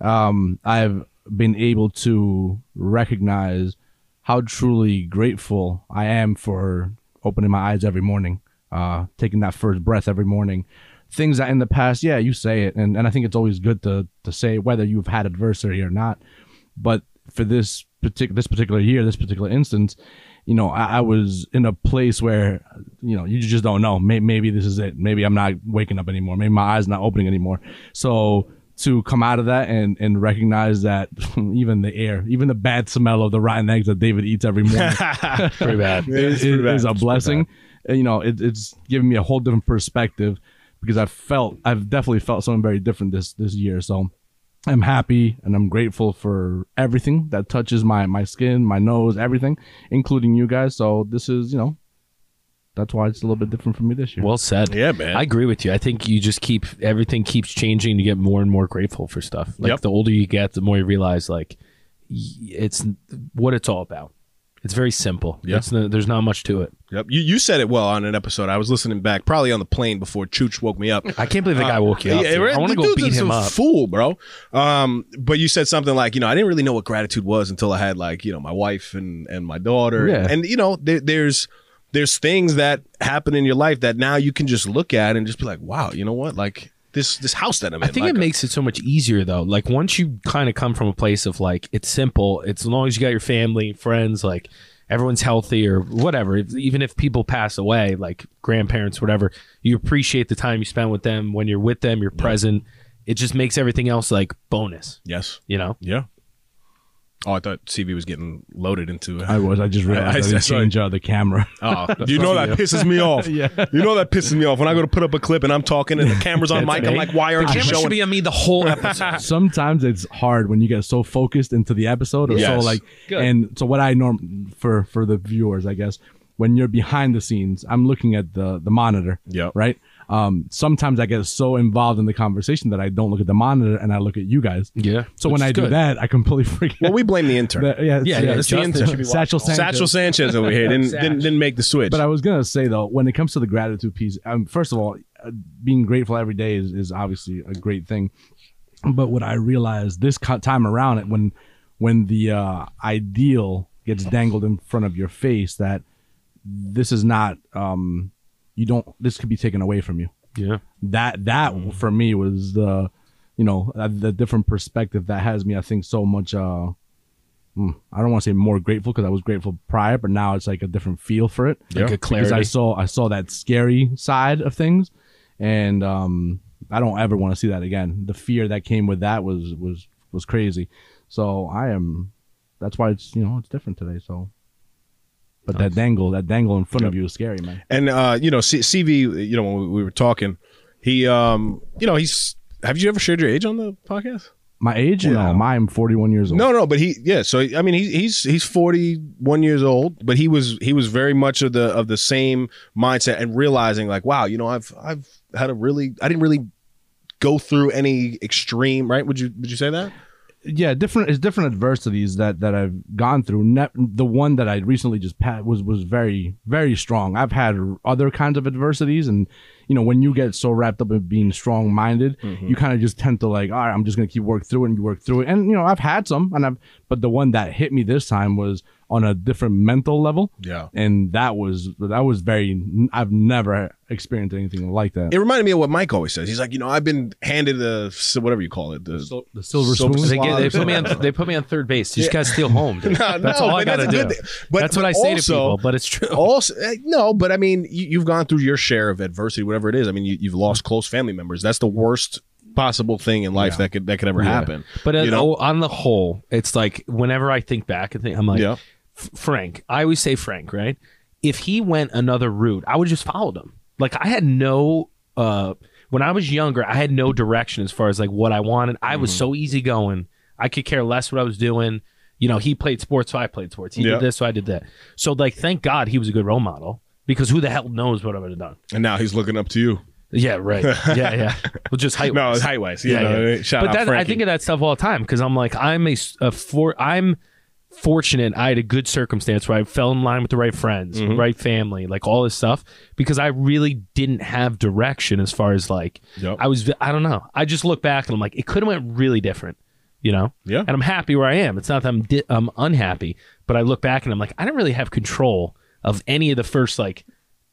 um, I've been able to recognize how truly grateful I am for opening my eyes every morning, uh, taking that first breath every morning. Things that in the past, yeah, you say it, and, and I think it's always good to, to say whether you've had adversity or not. But for this particular this particular year, this particular instance, you know, I, I was in a place where, you know, you just don't know. Maybe, maybe this is it. Maybe I'm not waking up anymore. Maybe my eyes not opening anymore. So to come out of that and and recognize that even the air, even the bad smell of the rotten eggs that David eats every morning Pretty bad. is, is, is a blessing. And, You know, it, it's given me a whole different perspective because I've felt, I've definitely felt something very different this this year. So I'm happy and I'm grateful for everything that touches my my skin, my nose, everything, including you guys. So this is, you know, that's why it's a little bit different for me this year. Well said. Yeah, man. I agree with you. I think you just keep everything keeps changing. You get more and more grateful for stuff. Like Yep. the older you get, the more you realize like y- it's what it's all about. It's very simple. Yeah. It's no- there's not much to it. Yep. You you said it well on an episode. I was listening back, probably on the plane before Chooch woke me up. I can't believe the guy woke you up. dude. right? Uh, I want The to go dude's beat just him a up. Fool, bro. Um, but you said something like, you know, I didn't really know what gratitude was until I had like, you know, my wife and and my daughter. Yeah. And you know, there, there's there's things that happen in your life that now you can just look at and just be like, wow, you know what? Like this this house that I'm in. I think like, it makes it so much easier though. Like once you kind of come from a place of like it's simple. It's as long as you got your family, friends, like everyone's healthy or whatever. If- Even if people pass away, like grandparents, whatever, you appreciate the time you spent with them. When you're with them, you're present. It just makes everything else like bonus. Yes. You know. Yeah. Oh, I thought CV was getting loaded into it. I was. I just realized I, I- didn't sorry. change uh, the camera. Oh, you know that pisses me off. You know that pisses me off when I go to put up a clip and I'm talking and the camera's on mic. I'm me. like, why aren't you Camera should showing? be on me the whole episode. Sometimes it's hard when you get so focused into the episode, or Yes. so like. Good. And so what I norm for for the viewers, I guess, when you're behind the scenes, I'm looking at the the monitor. Yep. Right. Um. Sometimes I get so involved in the conversation that I don't look at the monitor and I look at you guys. Yeah, So which when is I do good. that, I completely forget. well, we blame the intern. that- yeah, it's- Yeah, yeah, it's Justin Justin- should be watching Satchel Sanchez. Satchel Sanchez over here didn't, Satch. didn't didn't make the switch. But I was gonna say though, when it comes to the gratitude piece, um, first of all, uh, being grateful every day is, is obviously a great thing. But what I realized this co- time around, it when when the uh, ideal gets dangled in front of your face, that this is not um, you don't this could be taken away from you. yeah. That that for me was the you know uh, the different perspective that has me. I think so much. Uh, mm, I don't want to say more grateful because I was grateful prior, but now it's like a different feel for it Like a because clarity. I saw I saw that scary side of things, and um, I don't ever want to see that again. The fear that came with that was was was crazy. So I am. That's why it's you know it's different today. So, but that dangle that dangle in front of you is scary, man. and uh, you know, C- CV, you know, when we, we were talking, he, um, you know, he's. Have you ever shared your age on the podcast? My age, Yeah. no, I'm 41 years old. No, no, but he, yeah. So I mean, he, he's he's forty one years old, but he was he was very much of the of the same mindset and realizing like, wow, you know, I've I've had a really I didn't really go through any extreme, right? Would you would you say that? yeah, different. It's different adversities that that I've gone through. Ne- the one that I recently just passed was was very very strong. I've had other kinds of adversities, and you know when you get so wrapped up in being strong minded, Mm-hmm. you kind of just tend to like, all right, I'm just gonna keep work through it and you work through it. And you know I've had some, and I've but the one that hit me this time was on a different mental level. Yeah. and that was that was very. I've never experienced anything like that. It reminded me of what Mike always says. He's like, you know, I've been handed the whatever you call it, the the silver Silver spoon. They, get- they Swallows. put me on. They put me on third base. You just gotta steal home. dude. No, that's no, all I but that's gotta a do. good thing. But- that's but what I say also- to people. But it's true. also eh, no but i mean you, you've gone through your share of adversity whatever it is i mean you, you've lost close family members that's the worst possible thing in life that could that could ever happen But uh, you know oh, on the whole, it's like whenever I think back and think, I'm like, Yeah. "F- Frank. I always say Frank, right? If he went another route, I would just followed him. Like I had no. uh When I was younger, I had no direction as far as like what I wanted. I Mm-hmm. was so easygoing. I could care less what I was doing. You know, he played sports, so I played sports. He Yeah. did this, so I did that. So like, thank God he was a good role model because who the hell knows what I would have done. and now he's looking up to you Yeah, right. Yeah, yeah. well, just height. no wise it's height-wise yeah, no, eh, shout but out that, I Frankie. think of that stuff all the time because I'm like I'm a, s- a for I'm fortunate I had a good circumstance where I fell in line with the right friends, Mm-hmm. right family, like all this stuff because I really didn't have direction as far as like Yep. I was I don't know I just look back and I'm like it could have went really different, you know. Yeah. And I'm happy where I am. It's not that I'm di- I'm unhappy, but I look back and I'm like I didn't really have control of any of the first like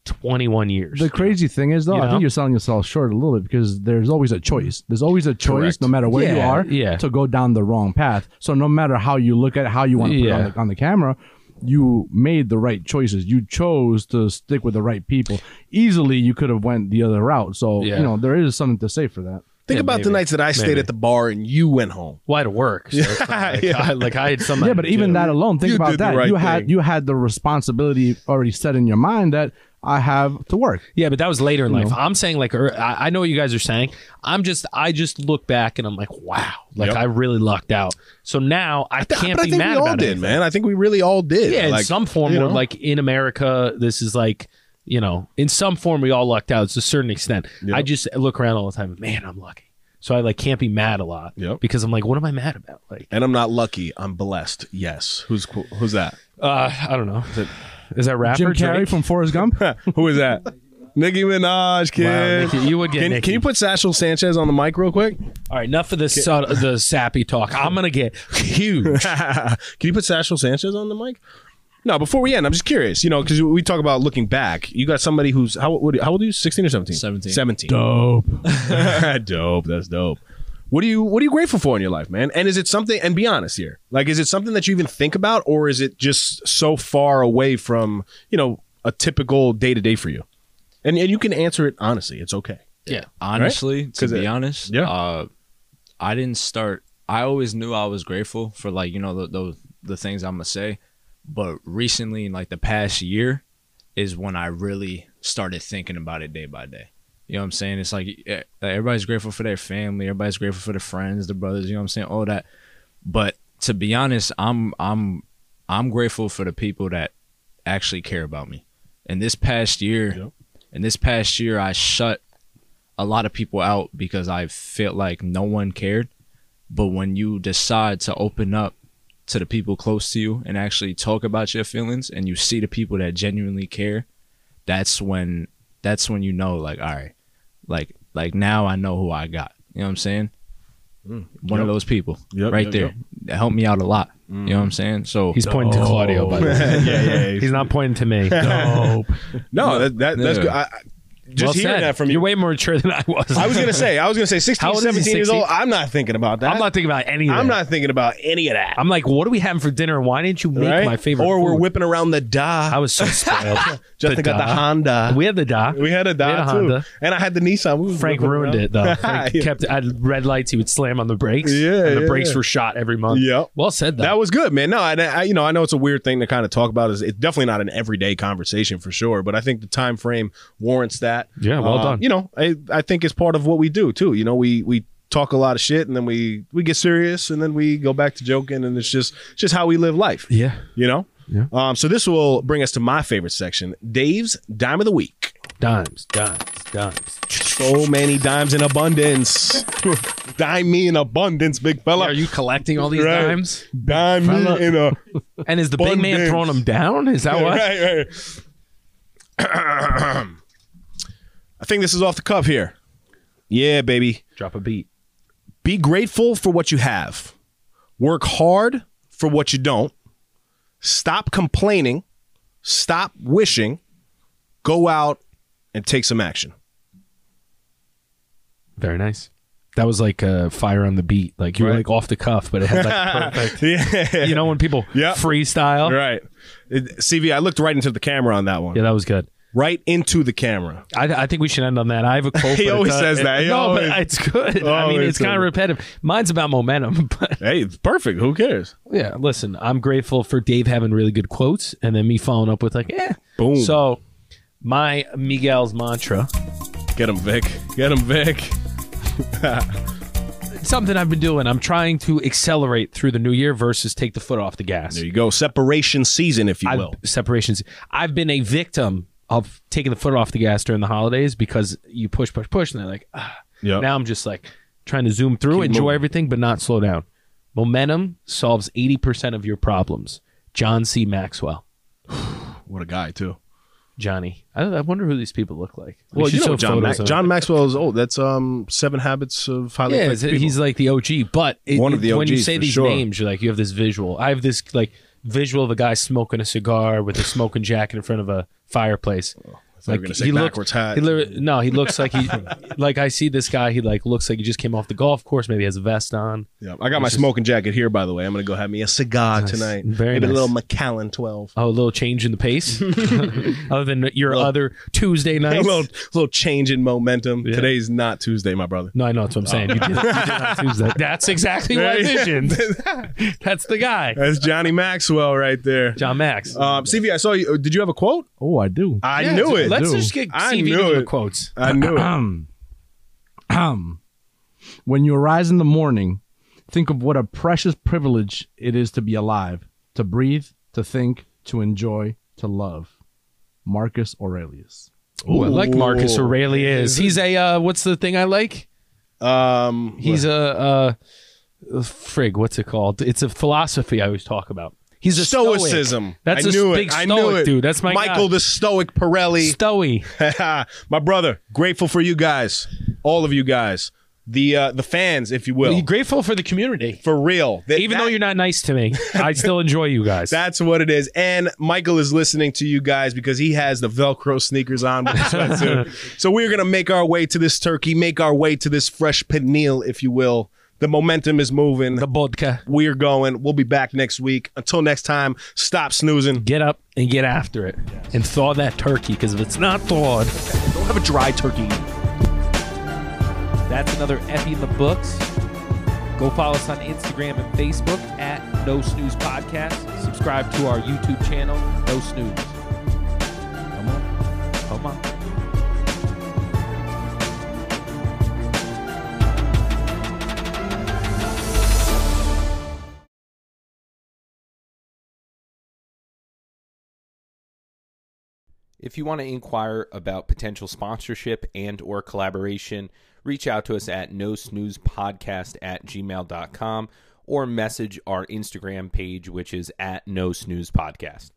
21 years. The crazy thing is, though, You I know? think you're selling yourself short a little bit because there's always a choice. There's always a choice, Correct. no matter where you Yeah, are, yeah. to go down the wrong path. So no matter how you look at it, how you want to put it Yeah. on the, on the camera, you made the right choices. You chose to stick with the right people. Easily, you could have went the other route. So Yeah. you know there is something to say for that. think Yeah, about the maybe. nights that i stayed Maybe. at the bar and you went home Why to work? So it's not like, I, like I had some. Yeah, but even that alone, think You about did the that. right you had thing. you had the responsibility already set in your mind that I have to work. Yeah, but that was later in life. I'm saying like er, I I know what you guys are saying. I'm just I just look back and I'm like, wow, like Yep. I really lucked out. So now I Th- can't but i be think mad we all about did it. man i think we really all did Yeah, in Like, some form, you we're know? like in America, this is like you know, in some form, we all lucked out. It's a certain extent. I just look around all the time. Man, I'm lucky. So I like can't be mad a lot Yep. because I'm like, what am I mad about? Like, And I'm not lucky. I'm blessed. Yes. Who's cool? Who's that? uh, I don't know. Is, that rapper Jim Carrey Drake? from Forrest Gump. Who is that? Nicki Minaj, kid. Nicki, you would get can, Nicki. can you put Sashel Sanchez on the mic real quick? All right, enough of this uh, the sappy talk. I'm gonna get huge. can you put Sashel Sanchez on the mic? No, before we end, I'm just curious, you know, because we talk about looking back. You got somebody who's how what, do you- how old are you? 16 or 17? 17. 17. Dope. dope. That's dope. What are you What are you grateful for in your life, man? And is it something? And be honest here. Like, is it something that you even think about, or is it just so far away from you know a typical day to day for you? And and you can answer it honestly. It's okay. yeah, honestly to 'Cause be it- honest yeah. uh i didn't start i always knew i was grateful for like you know the, the, the things i'm gonna say but recently in like the past year is when i really started thinking about it day by day you know what i'm saying it's like eh, like, everybody's grateful for their family everybody's grateful for their friends their brothers you know what i'm saying all that but to be honest i'm i'm i'm grateful for the people that actually care about me and this past year Yep. and this past year i shut a lot of people out because I felt like no one cared. But when you decide to open up to the people close to you and actually talk about your feelings and you see the people that genuinely care, that's when that's when you know like all right, like like now I know who I got. You know what I'm saying? One of those people Mm. Yep, right yep, there. yep. Mm. That helped me out a lot. You know what I'm saying? So he's pointing to Claudio. By the way. yeah, yeah. He's not pointing to me. Dope. No, that, that that's Yeah. good. I, I- just Well hearing said. that from you. You're way more mature than I was. I was gonna say, I was gonna say, 16, How old is he, 17 years 16? old. I'm not thinking about that. I'm not thinking about any of that. I'm not thinking about any of that. I'm like, what are we having for dinner? Why didn't you make right? my favorite? Or we're food? whipping around the da. I was so spoiled. Justin got the Honda. We had the da. We had a We had a da too, Honda. and I had the Nissan. We was Frank whipping ruined around. it though. Frank Yeah. kept at red lights. He would slam on the brakes. Yeah, and the yeah, brakes yeah. were shot every month. Yep. Well said though. That was good, man. No, I, I you know I know it's a weird thing to kind of talk about. Is it's definitely not an everyday conversation for sure, but I think the time frame warrants that. Yeah, well Uh, done. You know, I I think it's part of what we do too. You know, we we talk a lot of shit and then we we get serious and then we go back to joking and it's just it's just how we live life. yeah. You know. Yeah. Um. So this will bring us to my favorite section, Dave's dime of the week. Dimes, dimes, dimes. So many dimes in abundance. dime me in abundance, big fella. Are you collecting all these Right. dimes? dime me in a And is the big man Abundance. throwing them down? Is that what? Right, right. I think this is off the cuff here. Yeah, baby. Drop a beat. Be grateful for what you have. Work hard for what you don't. Stop complaining. Stop wishing. Go out and take some action. Very nice. That was like uh, fire on the beat. Like you were like off the cuff, but it had like perfect. Yeah. you know when people Yeah. freestyle. Right. It- CV, I looked right into the camera on that one. Yeah, that was good. Right into the camera. I, I think we should end on that. I have a quote. He but it always does- says it- that. He no, always- but it's good. I mean, Always it's kind says of it. repetitive. Mine's about momentum, but Hey, it's perfect. Who cares? yeah. Listen, I'm grateful for Dave having really good quotes, and then me following up with like, yeah, Boom. So, my Miguel's mantra, Get him, Vic. Get him, Vic. it's something I've been doing. I'm trying to accelerate through the new year versus take the foot off the gas. There you go. Separation season, if you I've, will. separations. I've been a victim of taking the foot off the gas during the holidays because you push, push, push, and they're like, ah. Yeah. Now I'm just like trying to zoom through, enjoy moving. everything, but not slow down. Momentum solves 80% of your problems. John C. Maxwell. What a guy too. Johnny. I, I wonder who these people look like. We Well, should you show know John photos Mac- of- John Maxwell is old. That's um Seven Habits of Highly Yeah, Effective it's- People. he's like the OG, but it- One of the when you OGs say for these sure. names, you're like you have this visual. I have this like visual of a guy smoking a cigar with a smoking jacket in front of a fireplace. thought you were gonna say backwards hat. He li- no, he looks like he like I see this guy. He like looks like he just came off the golf course. Maybe he has a vest on. Yeah. I got my smoking jacket here, by the way. I'm gonna go have me a cigar tonight. Very Maybe nice. a little Macallan Twelve. Oh, a little change in the pace, other than your other Tuesday A nights. little, little change in momentum. Today's not Tuesday, my brother. No, I know that's what I'm saying. You did, you did on Tuesday. That's exactly what I visioned. That's the guy, That's Johnny Maxwell right there. John Max. Um, CV, I saw you. Did you have a quote? Oh, I do. I knew it. Let's do. just get I CV knew to the it. quotes. I knew it. Um, um, when you arise in the morning, think of what a precious privilege it is to be alive, to breathe, to think, to enjoy, to love. Marcus Aurelius. Ooh, I like Marcus Ooh. Aurelius. He's a uh, what's the thing I like? Um, He's a, a frig. What's it called? It's a philosophy I always talk about. He's a stoic. stoicism. That's I a knew big it. I stoic knew it, dude. That's my Michael guy. the Stoic Pirelli. Stoey. my brother, grateful for you guys, all of you guys, the uh, the fans, if you will, Be grateful for the community. for real. That- Even that- though you're not nice to me, I still enjoy you guys. That's what it is. And Michael is listening to you guys because he has the Velcro sneakers on with the sweatsuit. so we're going to make our way to this turkey, make our way to this fresh peniel, if you will. The momentum is moving. the vodka. We're going. We'll be back next week. Until next time, stop snoozing. Get up and get after it, and thaw that turkey. Because if it's not thawed, Don't have a dry turkey. That's another Effie in the books. Go follow us on Instagram and Facebook at No Snooze Podcast. Subscribe to our YouTube channel, No Snooze. Come on. Come on. If you want to inquire about potential sponsorship and or collaboration, reach out to us at no snooze podcast at gmail.com or message our Instagram page, which is at no snooze podcast.